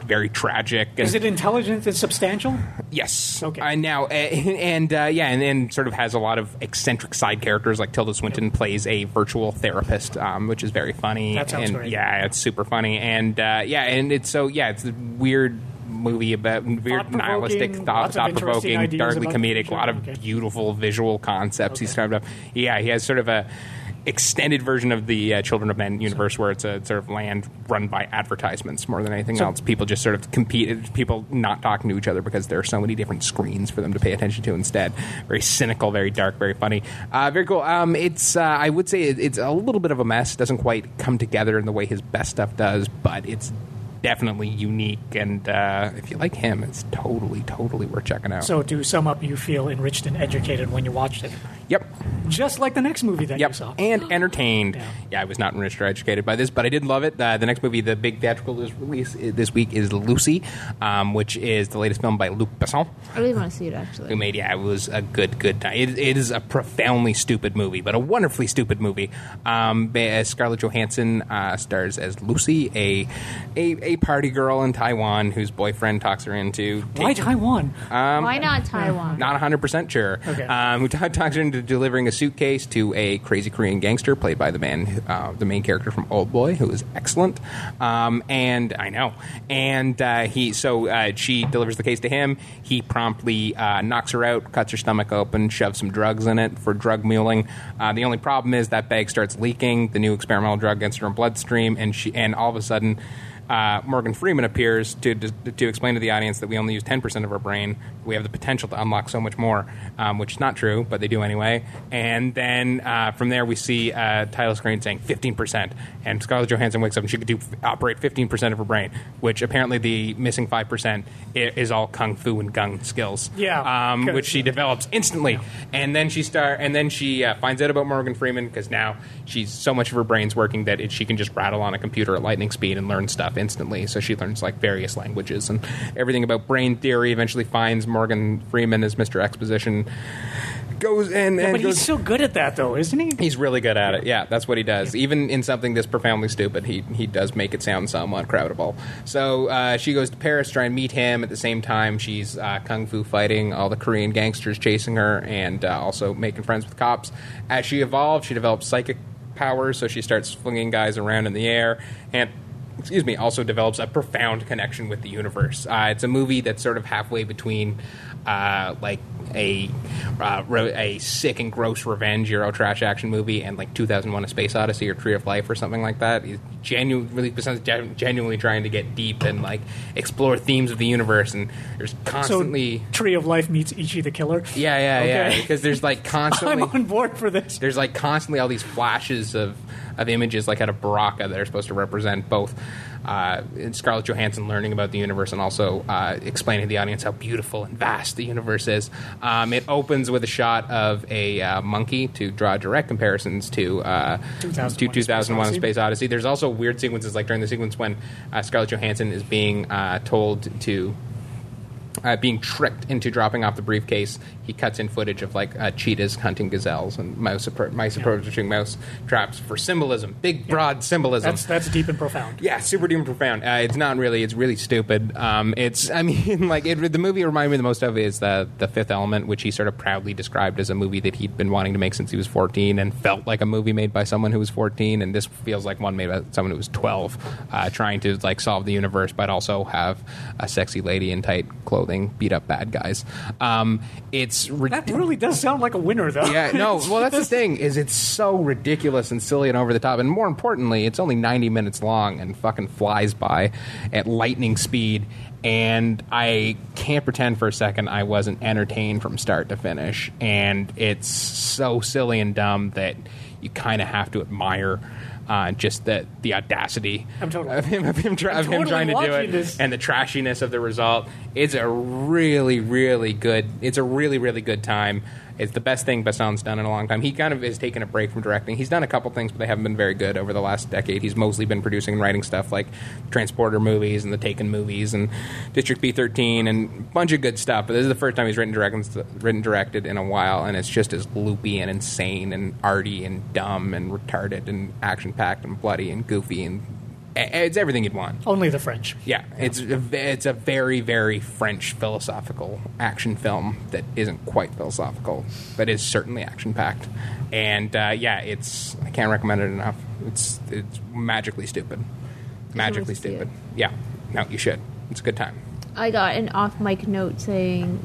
very tragic. and- Is it intelligent and substantial? Yes. Okay. Uh, now, uh, and uh, yeah, and then sort of has a lot of eccentric side characters. Like Tilda Swinton plays a virtual therapist, um, which is very funny. That sounds and, great. Yeah, it's super funny, and uh, yeah, and it's so yeah, it's a weird movie about weird Thought-provoking, nihilistic, thought, lots of thought provoking, interesting ideas darkly about the comedic, a future. lot of Okay. beautiful visual concepts. He's Okay. kind of yeah, he has sort of a. Extended version of the uh, Children of Men universe, where it's a sort of land run by advertisements more than anything So- else. People just sort of compete. People not talking to each other because there are so many different screens for them to pay attention to instead. Very cynical, very dark, very funny, uh, very cool. Um, it's uh, I would say it, it's a little bit of a mess. Doesn't quite come together in the way his best stuff does, but it's definitely unique. And uh, if you like him, it's totally, totally worth checking out. So to sum up, you feel enriched and educated when you watched it, yep. just like the next movie that you Yep, saw. and entertained. Yeah. Yeah. I was not enriched or educated by this, but I did love it. Uh, the next movie, the big theatrical release this week is Lucy, um, which is the latest film by Luc Besson, I really want to see it who actually. made. Yeah, it was a good, good time. It, it is a profoundly stupid movie, but a wonderfully stupid movie. Um, ba- Scarlett Johansson uh, stars as Lucy, a, a a party girl in Taiwan whose boyfriend talks her into Why taking- Taiwan? Um, Why not Taiwan? not 100% sure. Okay. Um, who ta- talks her into delivering a suitcase to a crazy Korean gangster played by the man, uh, the main character from Old Boy, who is excellent. Um, and I know. And uh, he, so uh, she delivers the case to him. He promptly uh, knocks her out, cuts her stomach open, shoves some drugs in it for drug muling. Uh, the only problem is that bag starts leaking. The new experimental drug gets in her bloodstream, and she, and all of a sudden uh, Morgan Freeman appears to, to to explain to the audience that we only use ten percent of our brain. We have the potential to unlock so much more, um, which is not true, but they do anyway. And then uh, from there, we see a title screen saying fifteen percent, and Scarlett Johansson wakes up and she could do operate fifteen percent of her brain, which apparently the missing five percent is all kung fu and gung skills. Yeah. um, which she develops instantly, and then she start and then she uh, finds out about Morgan Freeman because now she's so much of her brain's working that it, she can just rattle on a computer at lightning speed and learn stuff instantly. So she learns like various languages and everything about brain theory. Eventually, finds Morgan Freeman as Mr. Exposition. Goes in and But goes, he's so good at that, though, isn't he? He's really good at it. Yeah, that's what he does. Even in something this profoundly stupid, he he does make it sound somewhat credible. So uh, she goes to Paris to try and meet him. At the same time, she's uh, kung fu fighting all the Korean gangsters chasing her, and uh, also making friends with cops. As she evolves, she develops psychic powers. So she starts flinging guys around in the air and. Excuse me. Also develops a profound connection with the universe. Uh, it's a movie that's sort of halfway between, uh, like a uh, re- a sick and gross revenge Euro trash action movie and like 2001: A Space Odyssey or Tree of Life or something like that. It genu- really besides gen- genuinely trying to get deep and like explore themes of the universe and there's constantly So Tree of Life meets Ichi the Killer. yeah yeah Okay. yeah because there's like I'm constantly on board for this. there's like constantly all these flashes of, of images like out of Baraka that are supposed to represent both uh, Scarlett Johansson learning about the universe and also uh, explaining to the audience how beautiful and vast the universe is. Um, it opens with a shot of a uh, monkey to draw direct comparisons to uh, 2001 to 2001 Space Odyssey. Space Space Odyssey. There's also weird sequences, like during the sequence when uh, Scarlett Johansson is being uh, told to. Uh, being tricked into dropping off the briefcase, he cuts in footage of like uh, cheetahs hunting gazelles and mouse appro- mice approaching mouse traps for symbolism, big broad symbolism. That's that's deep and profound. Yeah, super duper profound. Uh, it's not really. It's really stupid. Um, it's. I mean, like it, the movie reminded me the most of is the the Fifth Element, which he sort of proudly described as a movie that he'd been wanting to make since he was fourteen, and felt like a movie made by someone who was fourteen, and this feels like one made by someone who was twelve, uh, trying to like solve the universe, but also have a sexy lady in tight clothing beat up bad guys. Um, it's That ridiculous. really does sound like a winner, though. Yeah, no. Well, that's the thing is it's so ridiculous and silly and over the top, and more importantly, it's only ninety minutes long and fucking flies by at lightning speed. And I can't pretend for a second I wasn't entertained from start to finish. And it's so silly and dumb that you kind of have to admire uh, just the the audacity I'm totally- of him of him, try, of him totally trying to do watching it this. and the trashiness of the result. It's a really, really good. It's a really, really good time. It's the best thing Besson's done in a long time. He kind of is taking a break from directing. He's done a couple things, but they haven't been very good over the last decade. He's mostly been producing and writing stuff like Transporter movies and the Taken movies and District B thirteen and a bunch of good stuff. But this is the first time he's written direct, written directed in a while, and it's just as loopy and insane and arty and dumb and retarded and action packed and bloody and goofy and it's everything you'd want. Only the French. Yeah, it's a, ve- it's a very very French philosophical action film that isn't quite philosophical, but is certainly action packed. And uh, yeah, it's I can't recommend it enough. It's it's magically stupid, magically see it. stupid. Yeah, no, you should. It's a good time. I got an off mic note saying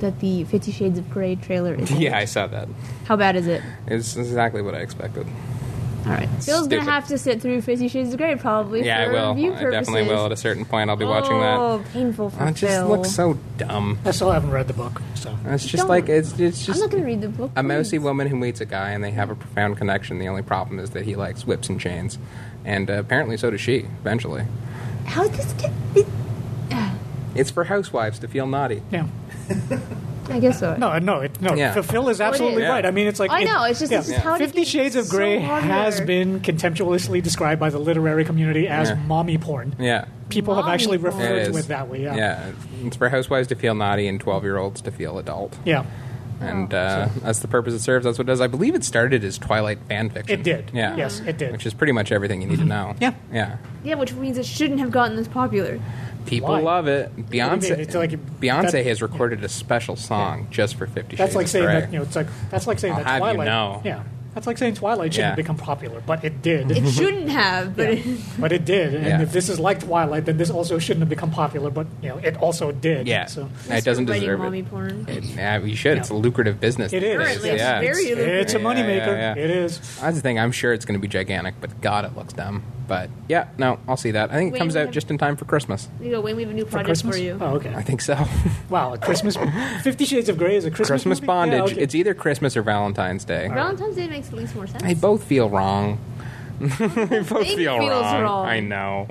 that the Fifty Shades of Grey trailer is. Yeah, I saw that. How bad is it? It's exactly what I expected. All right. Phil's going Stupid. to have to sit through Fifty Shades of Grey probably yeah, for I review will. I purposes. definitely will. At a certain point, I'll be watching that. Oh, painful for Oh, It just Phil. looks so dumb. I still haven't read the book, so It's just Don't. like it's it's I'm just not going to read the book. a mousy please. woman who meets a guy and they have a profound connection. The only problem is that he likes whips and chains, and uh, apparently so does she. Eventually, How does this get? It, it's for housewives to feel naughty. yeah. I guess so. No, no, it, no. Yeah. F- Phil is Well, it absolutely is. right. I mean, it's like I it- know, it's just- it's just how did Fifty he Shades of so Grey popular? has been contemptuously described by the literary community as Yeah. mommy porn. Yeah, People have Mommy actually porn. It referred is. to it that way. Yeah, yeah. It's for housewives to feel naughty and twelve-year-olds to feel adult. Yeah. And uh, that's the purpose it serves. That's what it does. I believe it started as Twilight fan fiction. It did. Yeah. Yes, it did. Mm-hmm. Which is pretty much everything you need to know. Yeah. Yeah. Yeah, which means it shouldn't have gotten this popular. People Why? love it. Beyonce, mean? It's like- Beyonce that- has recorded a special song just for Fifty That's Shades like of saying Grey. that you know. It's like that's like saying I'll that have you Twilight. know. Yeah, that's like saying Twilight shouldn't Yeah. become popular, but it did. It shouldn't have, but Yeah. but it did, and Yeah. if this is like Twilight, then this also shouldn't have become popular. But you know, it also did. Yeah, So it doesn't Writing deserve mommy it. porn. It- yeah, you should. It's a lucrative business. It is. these days. Apparently, it's Yeah. very lucrative. it's a Yeah, moneymaker. yeah, yeah. It is. That's the thing. I'm sure it's going to be gigantic, but God, it looks dumb. But yeah, no, I'll see that. I think it Wait, comes we out have- just in time for Christmas. There you go, Wayne. We have a new For project for, Christmas. you. Oh, I okay. think so. Wow, a Christmas. Fifty Shades of Grey is a Christmas. Christmas movie? bondage. Yeah, okay. It's either Christmas or Valentine's Day. Valentine's Day makes at least more sense. They both feel wrong. they both Thing feel feels wrong. wrong. I know,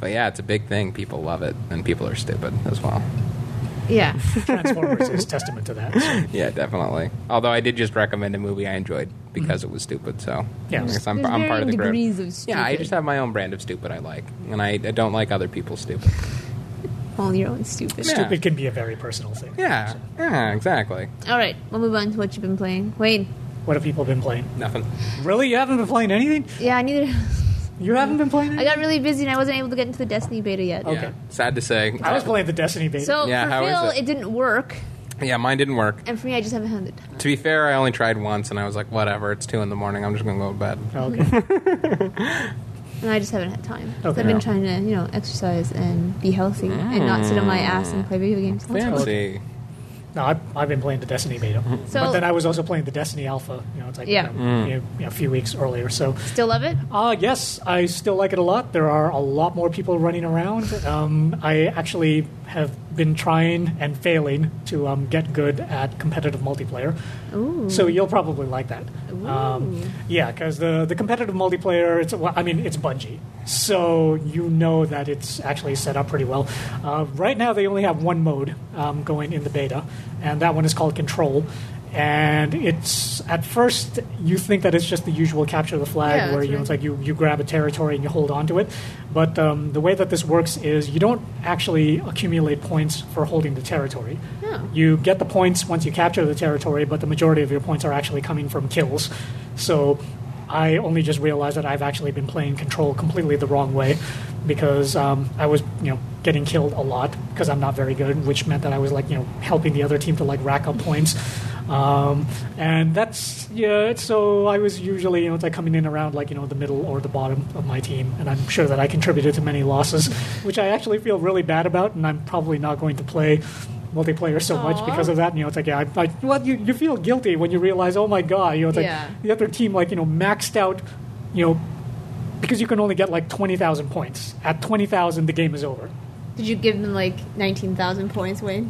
but yeah, it's a big thing. People love it, and people are stupid as well. yeah. Transformers is testament to that. So, Yeah, definitely. Although I did just recommend a movie I enjoyed because it was stupid. So Mm-hmm. Yeah. I guess I'm, There's I'm part varying of the group. degrees of stupid. Yeah, I just have my own brand of stupid I like, and I, I don't like other people's stupid. all your own stupid. Yeah. Stupid can be a very personal thing. Yeah, yeah, exactly. All right, we'll move on to what you've been playing, Wayne. What have people been playing? Nothing. Really, you haven't been playing anything? Yeah, I neither. You haven't been playing I anything? got really busy and I wasn't able to get into the Destiny beta yet. Okay. Yeah, sad to say. I was playing the Destiny beta. So Yeah, for how is Phil, it? it? didn't work, Yeah, mine didn't work. and for me, I just haven't had the time. To be fair, I only tried once, and I was like, whatever. It's two in the morning. I'm just gonna go to bed. okay. And I just haven't had time. So Okay. I've been trying to, you know, exercise and be healthy and not sit on my Mm. ass and play video games. Fancy. No, I, I've been playing the Destiny beta. So- but then I was also playing the Destiny alpha. You know, it's like Yeah. you know, you know, a few weeks earlier. So, Still love it? uh, yes, I still like it a lot. There are a lot more people running around. Um, I actually have been trying and failing to um, get good at competitive multiplayer. Ooh. So you'll probably like that. Um, yeah, because the the competitive multiplayer, it's well, I mean, it's Bungie, so you know that it's actually set up pretty well. Uh, right now, they only have one mode um, going in the beta, and that one is called Control. And it's at first you think that it's just the usual capture the flag, Yeah, that's where you know, it's right. like you, you grab a territory and you hold on to it. But um, the way that this works is you don't actually accumulate points for holding the territory. No. You get the points once you capture the territory, but the majority of your points are actually coming from kills. So I only just realized that I've actually been playing control completely the wrong way because um, I was, you know, getting killed a lot because I'm not very good, which meant that I was like, you know, helping the other team to like rack up points. Um, and that's yeah. So I was usually, you know, it's like coming in around like you know the middle or the bottom of my team, and I'm sure that I contributed to many losses, which I actually feel really bad about, and I'm probably not going to play multiplayer so much Aw. because of that. You know, it's like yeah, I, I, well, you, you feel guilty when you realize, oh my god, you know, it's Yeah. like the other team like you know maxed out, you know, because you can only get like twenty thousand points. At twenty thousand, the game is over. Did you give them like 19,000 points, Wayne?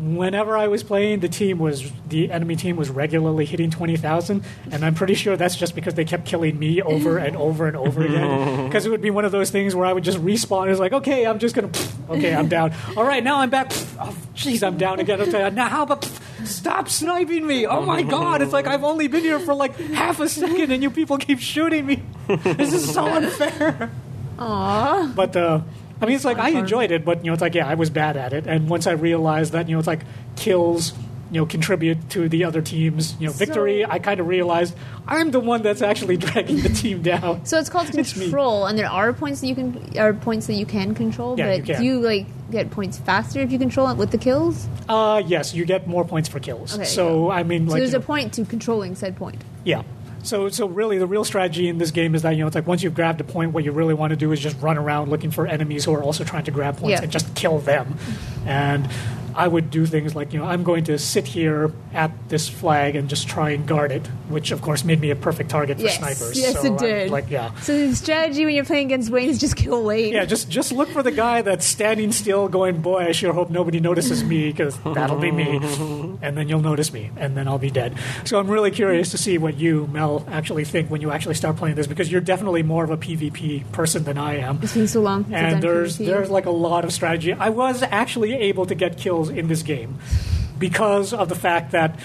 whenever I was playing, the team was the enemy team was regularly hitting twenty thousand, and I'm pretty sure that's just because they kept killing me over and over and over again. Because it would be one of those things where I would just respawn. It's like, okay, I'm just gonna, okay, I'm down. All right, now I'm back. Oh, jeez, I'm down again. Okay, now how about stop sniping me? Oh my god, it's like I've only been here for like half a second, and you people keep shooting me. This is so unfair. Aww. But uh, I mean, it's like I enjoyed it, but you know, it's like yeah, I was bad at it, and once I realized that you know, it's like kills you know contribute to the other team's you know victory. So- I kind of realized I'm the one that's actually dragging the team down. So it's called It's me. control, and there are points that you can are points that you can control. Yeah, but you can. do you like get points faster if you control it with the kills? Uh, yes, you get more points for kills. Okay, so I mean, like, so there's you a know, point to controlling said point. yeah. So so really, the real strategy in this game is that you know it's like once you've grabbed a point, what you really want to do is just run around looking for enemies who are also trying to grab points Yeah. and just kill them. And I would do things like you know I'm going to sit here at this flag and just try and guard it, which of course made me a perfect target for yes, snipers. yes, so I'm it did. like yeah. So the strategy when you're playing against Wayne is just kill Wayne. Yeah, just just look for the guy that's standing still, going, "Boy, I sure hope nobody notices me because that'll be me," and then you'll notice me, and then I'll be dead. So I'm really curious to see what you, Mel, actually think when you actually start playing this because you're definitely more of a PvP person than I am. It's been so long. since I've done And there's PvP. there's like a lot of strategy. I was actually able to get kills in this game because of the fact that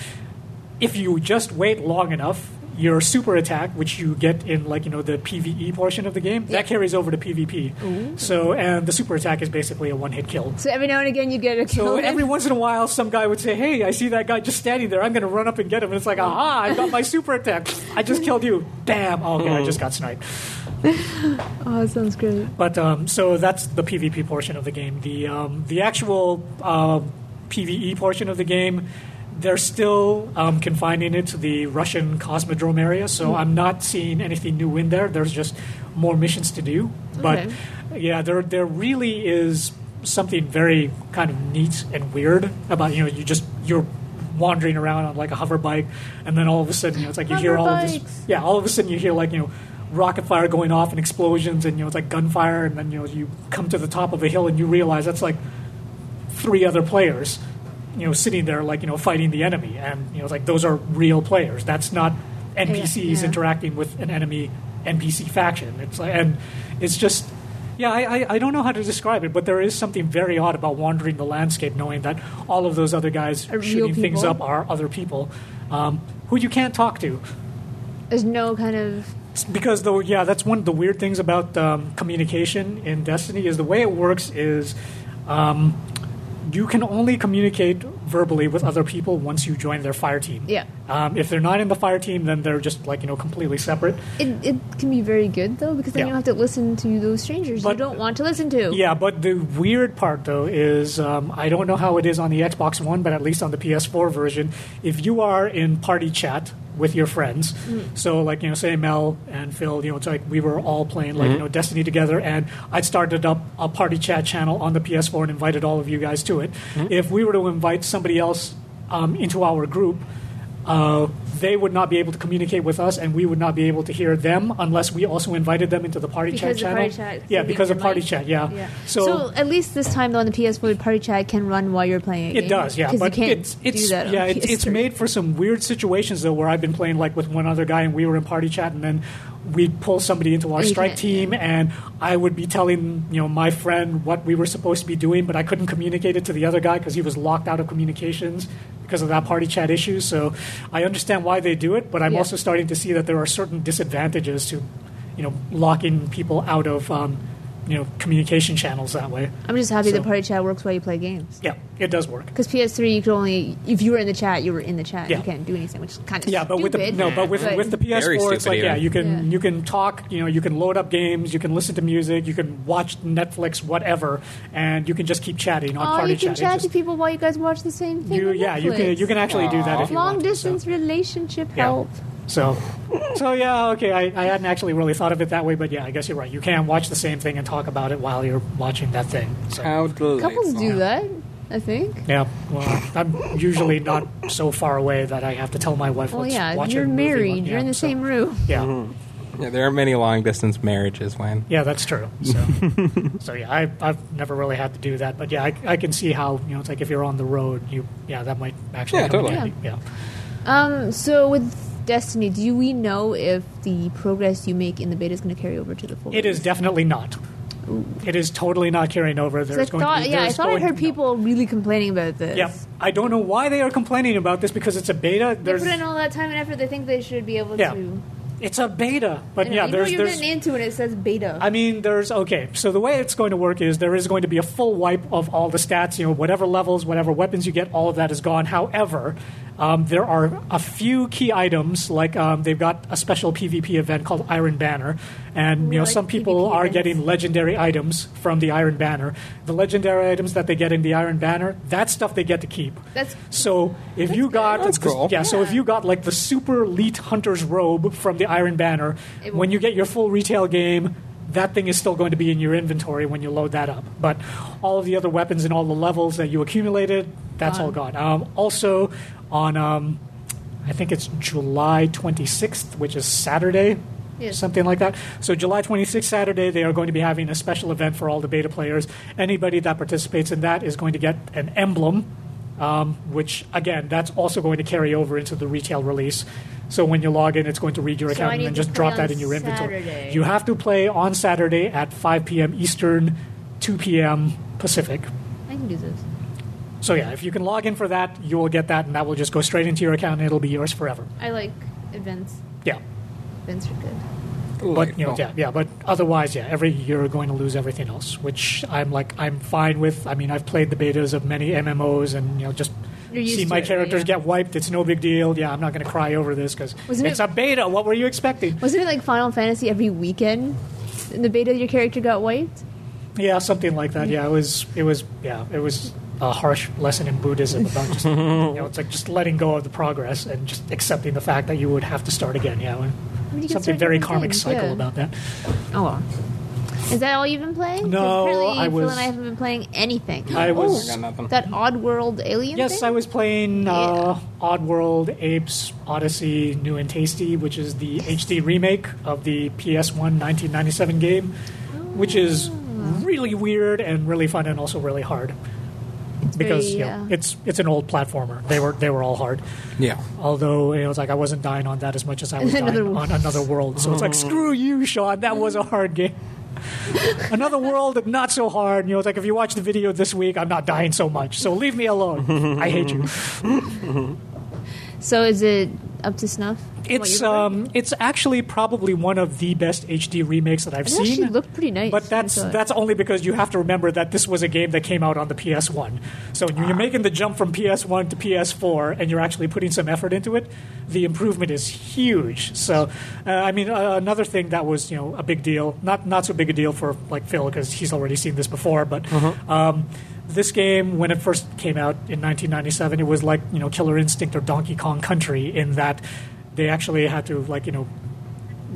if you just wait long enough, your super attack, which you get in like you know the PVE portion of the game, Yeah. that carries over to PvP. So and the super attack is basically a one hit kill. so every now and again you get a kill. So every once in a while, some guy would say, "Hey, I see that guy just standing there. I'm going to run up and get him." And it's like, "Aha! I got my super attack. I just killed you. Damn! Oh, okay, I just got sniped." oh, it sounds great. But um, so that's the PvP portion of the game. The um, the actual uh, PVE portion of the game, they're still um, confining it to the Russian Cosmodrome area. So I'm not seeing anything new in there. There's just more missions to do. But Okay. yeah, there there really is something very kind of neat and weird about you know you just you're wandering around on like a hover bike and then all of a sudden you know, it's like you hear all Hover of bikes. this yeah all of a sudden you hear like you know rocket fire going off and explosions and you know it's like gunfire and then you know you come to the top of a hill and you realize that's like three other players you know sitting there like you know fighting the enemy and you know it's like those are real players that's not npcs yeah. interacting with an enemy npc faction it's like and it's just yeah I, I i don't know how to describe it but there is something very odd about wandering the landscape knowing that all of those other guys Are real shooting things people. up are other people um, who you can't talk to There's no kind of it's because though yeah that's one of the weird things about um, communication in destiny is the way it works is um, you can only communicate verbally with other people once you join their fire team Yeah. um, if they're not in the fire team then they're just like you know completely separate it. It can be very good though because then Yeah. you don't have to listen to those strangers you But- don't want to listen to. yeah but the weird part though is um, i don't know how it is on the xbox one but at least on the ps4 version if you are in party chat with your friends Mm. so like you know say mel and phil you know it's like we were all playing like you Mm-hmm. know destiny together and i started up a party chat channel on the ps4 and invited all of you guys to it Mm-hmm. if we were to invite somebody else um, into our group uh, they would not be able to communicate with us, and we would not be able to hear them unless we also invited them into the party Because chat of channel. party chat, yeah, they because need of your party mic. chat. Yeah. Yeah. So, So, at least this time though on the PS4 party chat can run while you're playing. a it game. does. Yeah, 'Cause but you can't it's it's do that on yeah, it's, it's PS3. made for some weird situations though, where I've been playing like with one other guy, and we were in party chat, and then we would pull somebody into our And you strike can't- team, and I would be telling you know my friend what we were supposed to be doing, but I couldn't communicate it to the other guy because he was locked out of communications because of that party chat issue. So I understand why they do it, but I'm Yeah. also starting to see that there are certain disadvantages to you know locking people out of um, you know communication channels that way. I'm just happy that So- party chat works while you play games. Yeah, it does work. Because PS3, you could only if you were in the chat, you were in the chat. Yeah. You can't do anything, which is kind of Yeah, but with the stupid, no, but with but- with the Very PS4, it's stupid like yeah, even. you can Yeah. you can talk, you know, you can load up games, you can listen to music, you can watch Netflix, whatever, and you can just keep chatting on oh, party you can chat. It chat to just- people while you guys watch the same thing. you on yeah, you can Netflix. you can actually do that if you long want to, so- distance relationship Yeah. help. So, so yeah, okay. I, I hadn't actually really thought of it that way, but yeah, I guess you're right. You can watch the same thing and talk about it while you're watching that thing. So. How delightful. Couples do that, I think. yeah, well, I'm usually not so far away that I have to tell my wife. Well, "Let's yeah, watch a you're movie." married. Yeah, you're in the so- same room. Yeah. Yeah, there are many long distance marriages, Wayne. Yeah, that's true. So, so yeah, I, I've never really had to do that, but yeah, I, I can see how you know it's like if you're on the road, you yeah, that might actually Yeah, come in totally. handy. Yeah. Um, so with Destiny, do we know if the progress you make in the beta is going to carry over to the full? it is definitely not. It is totally not carrying over. I There's going thought, to be, yeah, I there's thought I going to- heard people really complaining about this. Yep. I don't know why they are complaining about this because it's a beta. They There's put in all that time and effort. They think they should be able Yeah. to. It's a beta, I but know, yeah, you know there's you're there's. written into it. It says beta. I mean, there's okay. So the way it's going to work is there is going to be a full wipe of all the stats. You know, whatever levels, whatever weapons you get, all of that is gone. However, um, there are a few key items. Like um, they've got a special PvP event called Iron Banner, and Ooh, I you know like some people PvP are events. getting legendary items from the Iron Banner. The legendary items that they get in the Iron Banner, that stuff they get to keep. That's- so if you got That's the- cool. yeah, So if Yeah. you got like the super elite hunter's robe from the Iron Banner, It will- when you get your full retail game, that thing is still going to be in your inventory when you load that up. But all of the other weapons and all the levels that you accumulated, that's all gone. Um, also, on um, I think it's July 26th, which is Saturday. Yes. Something like that. So, July 26th, Saturday, they are going to be having a special event for all the beta players. Anybody that participates in that is going to get an emblem, um, which, again, that's also going to carry over into the retail release. So, when you log in, it's going to read your So I account need and then to just play drop on that in your inventory. Saturday. You have to play on Saturday at 5 p.m. Eastern, 2 p.m. Pacific. I can do this. So, yeah, if you can log in for that, you will get that, and that will just go straight into your account and it'll be yours forever. I like events. Yeah. Events are good. But you know, Delightful. yeah, yeah. But otherwise, yeah. Every year you're going to lose everything else, which I'm like, I'm fine with. I mean, I've played the betas of many MMOs, and you know, just You're used see to my it, characters yeah. get wiped. It's no big deal. Yeah, I'm not going to cry over this because it's Wasn't it- a beta. What were you expecting? Wasn't it like Final Fantasy every weekend? In the beta, your character got wiped. Yeah, something like that. Yeah, it was. It was. Yeah, it was a harsh lesson in Buddhism about just, you know, it's like just letting go of the progress and just accepting the fact that you would have to start again. Yeah, mean, you can something start very different karmic things, cycle yeah. about that. Oh well. Is that all you've been playing? 'Cause No, apparently I Phil was- and I haven't been playing anything. Oh, I I was. got nothing. that Odd World Alien. Yes, thing? I was playing Yeah. uh, Oddworld, Apes, Odyssey, New and Tasty, which is the HD remake of the PS1 1997 game, which is Ah. really weird and really fun and also really hard. because very, you know, uh, it's it's an old platformer. They were they were all hard. Yeah. Although you know, it's like I wasn't dying on that as much as I was Another dying world. Oh. on Another World. So it's like screw you, Sean. That was a hard game. Another World, not so hard. You know, it's like if you watch the video this week, I'm not dying so much. So leave me alone. I hate you. So is it up to snuff? It's What you were um, it's actually probably one of the best HD remakes that I've It seen. actually looked pretty nice. But that's I thought. that's only because you have to remember that this was a game that came out on the PS1. So when you're making the jump from PS1 to PS4, and you're actually putting some effort into it. The improvement is huge. So uh, I mean, uh, another thing that was you know a big deal, not not so big a deal for like Phil because he's already seen this before, but. Um, this game, when it first came out in 1997, it was like you know Killer Instinct or Donkey Kong Country in that they actually had to like you know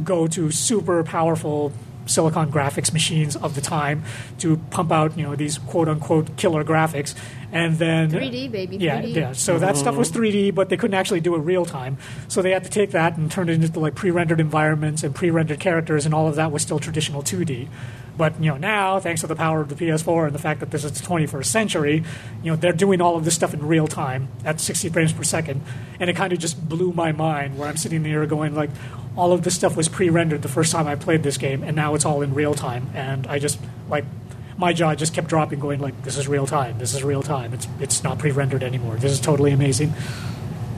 go to super powerful silicon graphics machines of the time to pump out you know these quote unquote killer graphics and then 3D, baby, yeah 3D. yeah so that stuff was 3d but they couldn't actually do it real time so they had to take that and turn it into like pre-rendered environments and pre-rendered characters and all of that was still traditional 2d but you know now thanks to the power of the ps4 and the fact that this is the 21st century you know they're doing all of this stuff in real time at 60 frames per second and it kind of just blew my mind where i'm sitting there going like all of this stuff was pre-rendered the first time I played this game, and now it's all in real time. And I just like my jaw just kept dropping, going like, "This is real time. This is real time. It's it's not pre-rendered anymore. This is totally amazing."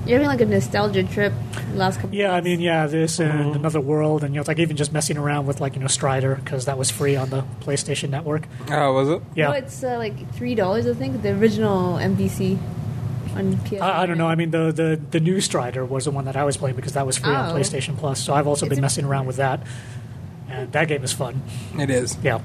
you're having like a nostalgia trip last couple. Yeah, I mean, yeah, this and another world, and you know, it's like even just messing around with like you know Strider because that was free on the PlayStation Network. Oh, was it? Yeah, No, it's uh, like three dollars, I think, the original MVC on PS. I, I don't know. I mean, the, the the new Strider was the one that I was playing because that was free on Oh. PlayStation Plus. So I've also It's been a- messing around with that, and that game is fun. It is. Yeah.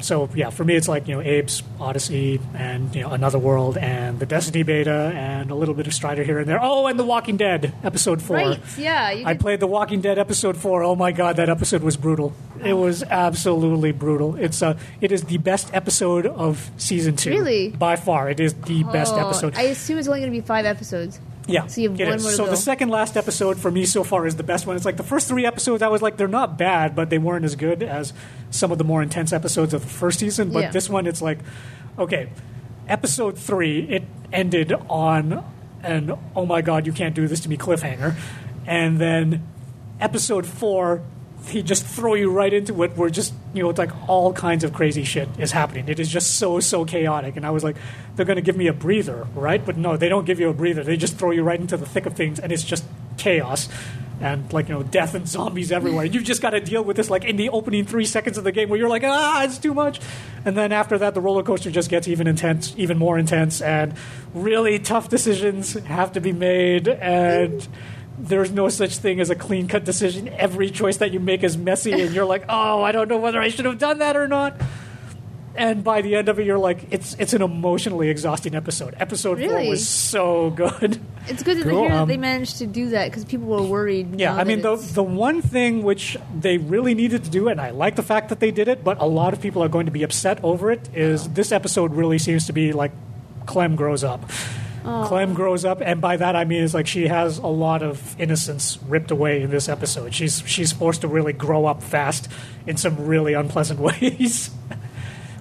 So yeah, for me it's like you know Apes, Odyssey, and you know Another World, and the Destiny beta, and a little bit of Strider here and there. Oh, and The Walking Dead episode four. Right? Yeah, you I did- played The Walking Dead episode four. Oh my god, that episode was brutal. It Oh. was absolutely brutal. It's uh, it is the best episode of season two. Really? by far, it is the best Oh, episode. I assume it's only going to be five episodes. Yeah. So you have it one is. more to So go. the second last episode for me so far is the best one. It's like the first three episodes I was like they're not bad, but they weren't as good as some of the more intense episodes of the first season. But Yeah. this one it's like okay. Episode three, it ended on an oh my god, you can't do this to me cliffhanger. And then episode four they just throw you right into it where just you know it's like all kinds of crazy shit is happening it is just so so chaotic and i was like they're going to give me a breather right but no they don't give you a breather they just throw you right into the thick of things and it's just chaos and like you know death and zombies everywhere. You've just got to deal with this like in the opening three seconds of the game where you're like ah it's too much, and then after that the roller coaster just gets even intense, even more intense, and really tough decisions have to be made and. There's no such thing as a clean cut decision. Every choice that you make is messy, and you're like, oh, I don't know whether I should have done that or not and by the end of it, you're like, it's it's an emotionally exhausting episode. Episode Really? four was so good. It's good that they Cool. hear that Um, they managed to do that because people were worried. Yeah, now I that mean the it's- the one thing which they really needed to do, and I like the fact that they did it, but a lot of people are going to be upset over it. Is this episode really seems to be like Clem grows up. Clem grows up, and by that I mean is like she has a lot of innocence ripped away in this episode. She's she's forced to really grow up fast in some really unpleasant ways.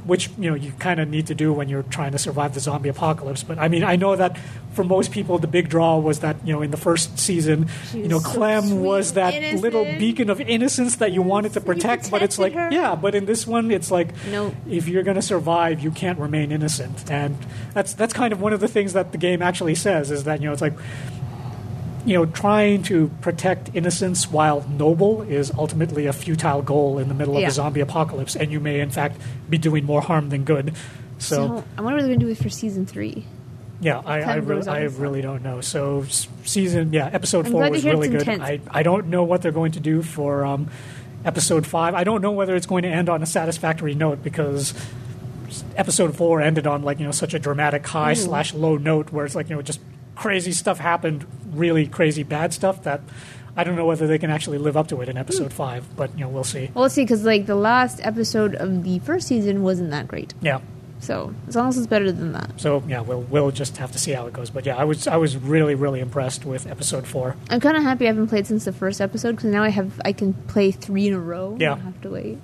which you know you kind of need to do when you're trying to survive the zombie apocalypse. But I mean, I know that for most people, the big draw was that you know in the first season, She you know was so Clem sweet was and that innocent. little beacon of innocence that you wanted to You protect. but it's like protected her. yeah, but in this one, it's like No. if you're going to survive, you can't remain innocent, and that's that's kind of one of the things that the game actually says is that you know it's like you know, trying to protect innocence while noble is ultimately a futile goal in the middle Yeah. of a zombie apocalypse, and you may, in fact, be doing more harm than good. So, So, I wonder what they're going to do it for season three. yeah, I, I, Kind of really, goes on I and on. really don't know. So, s- season, yeah, episode I'm four glad to was hear really it's good. I, intense. I don't know what they're going to do for um, episode five. I don't know whether it's going to end on a satisfactory note because s- episode four ended on like you know such a dramatic high Mm. slash low note where it's like you know just crazy stuff happened, really crazy bad stuff that. I don't know whether they can actually live up to it in episode Mm. five, but you know we'll see. Well, let's see, because like the last episode of the first season wasn't that great. Yeah, So as long as it's better than that, so yeah, we'll we'll just have to see how it goes. But yeah, I was I was really really impressed with episode four. I'm kind of happy I haven't played since the first episode because now I have I can play three in a row. Yeah. I don't have to wait.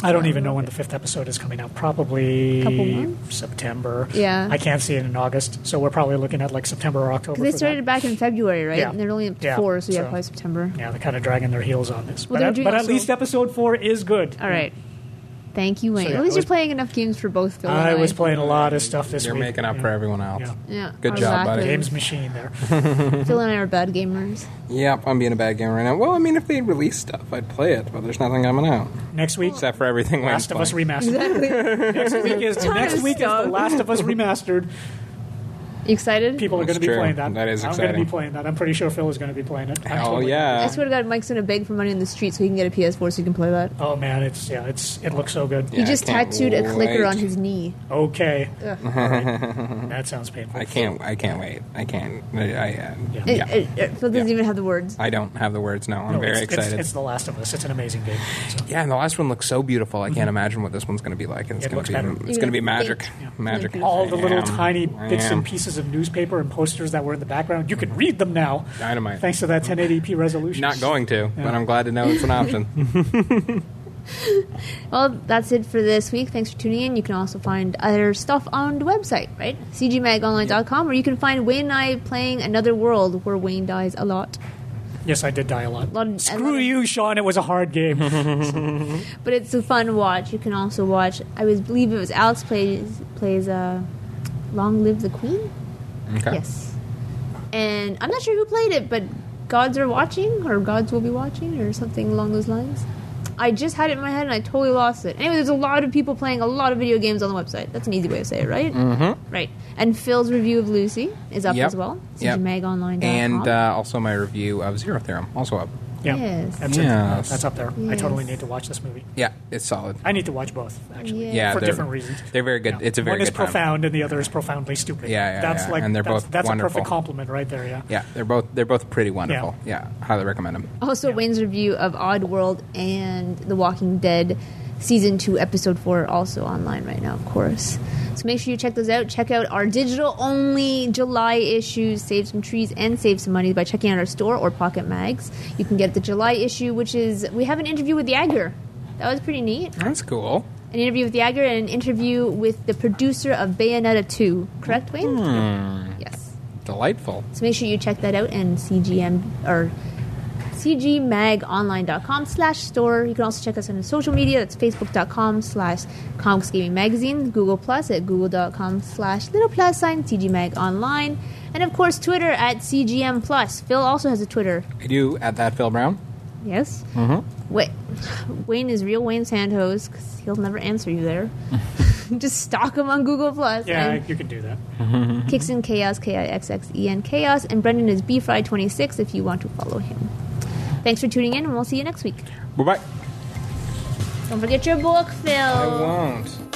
I don't even know when the fifth episode is coming out. Probably Couple months? September. Yeah. I can't see it in August, so we're probably looking at like September or October. Because they for started that. back in February, right? Yeah. And they're only up to Yeah. four, so yeah, So- probably September. Yeah, they're kind of dragging their heels on this. Well, but they're at, doing but at also- least episode four is good. All right. Thank you, Wayne. yeah, At least I you're was- playing enough games for both. Phil and I was playing a lot of stuff this You're week. making up Yeah. for everyone else. Yeah. Yeah. Good job, buddy. Games machine there. Phil and I are bad gamers. Yep, I'm being a bad gamer right now. Well, I mean, if they release stuff, I'd play it, but there's nothing coming out Next week, except for everything. Wayne's Last of Us playing. remastered. Exactly. next week is Ton next of week is the stuff. Last of Us remastered. You excited? People are going That's to be true. playing that. That is I'm going to exciting. be playing that. I'm pretty sure Phil is going to be playing it. I'm Hell totally- I yeah! swear to God, Mike's gonna beg for money in the street so he can get a PS4 so he can play that. Oh man, it's yeah, it's it looks so good. he Yeah, I just can't tattooed a clicker wait. on his knee. Okay, Ugh. that sounds painful. I can't. I can't wait. I can't. I. I, uh, Yeah. It, yeah. it- it- Phil doesn't Yeah. even have the words. I don't have the words now. I'm No, very it's, it's- excited. It's, The Last of Us. It's an amazing game. So, yeah, and the last one looks so beautiful. I can't imagine what this one's going to be like. Mm-hmm. And it's It going looks to be. better. It's going to be Yeah. magic. Yeah. Magic. all the I little am. tiny I bits am. and pieces of newspaper and posters that were in the background, you can read them now. Dynamite. Thanks to that 1080p resolution. Not going to, but I'm glad to know it's an option. Well, that's it for this week. Thanks for tuning in. You can also find other stuff on the website, right? cgmagonline.com, where you can find Wayne and I playing Another World, where Wayne dies a lot. Yes, I did die a lot. Lot- a lot Screw of- you, Sean. It was a hard game. But it's a fun watch. You can also watch, I was, believe it was Alex plays, plays uh, Long Live the Queen? Okay. Yes. And I'm not sure who played it, but gods are watching, or gods will be watching, or something along those lines. I just had it in my head and I totally lost it. Anyway, there's a lot of people playing a lot of video games on the website. That's an easy way to say it, right? Mm-hmm. Right. And Phil's review of Lucy is up Mm. Yep. as well. Yep. CGMagOnline.com. And uh, also my review of Zero Theorem, also up. yeah, Yes. that's Yes. it. That's up there. I Yes. totally need to watch this movie. Yeah, it's solid. I need to watch both actually Yeah. Yeah, for they're- different reasons. They're very good. Yeah. It's a very one is good time. profound and the other is profoundly stupid. Yeah, yeah, that's yeah. like And they're that's, both that's a perfect wonderful. compliment right there. Yeah, Yeah, they're both they're both pretty wonderful. Yeah, highly recommend them. also, Wayne's review of Odd World and The Walking Dead Season 2, Episode 4 are also online right now, of course. So make sure you check those out. Check out our digital only July issues. Save some trees and save some money by checking out our store or Pocket Mags. You can get the July issue, which is we have an interview with the Agger. That was pretty neat. That's cool. An interview with the Agger and an interview with the producer of Bayonetta 2. Correct, Wayne? Yes. Delightful. So make sure you check that out and CGM or cgmagonline.com slash store. You can also check us on social media. That's facebook.com slash comics gaming magazine, Google Plus at google.com slash little plus sign cgmagonline, and of course Twitter at cgm plus. Phil also has a Twitter. I do at that Phil Brown. Yes. Mm-hmm. Wait, Wayne is real Wayne Santos because he'll never answer you there. Just stalk him on Google Plus. Yeah, and you can do that. kicks in chaos, K I X X E N chaos, and Brendan is B Fry twenty six if you want to follow him. Thanks for tuning in, and we'll see you next week. Bye bye. Don't forget your book, Phil. I won't.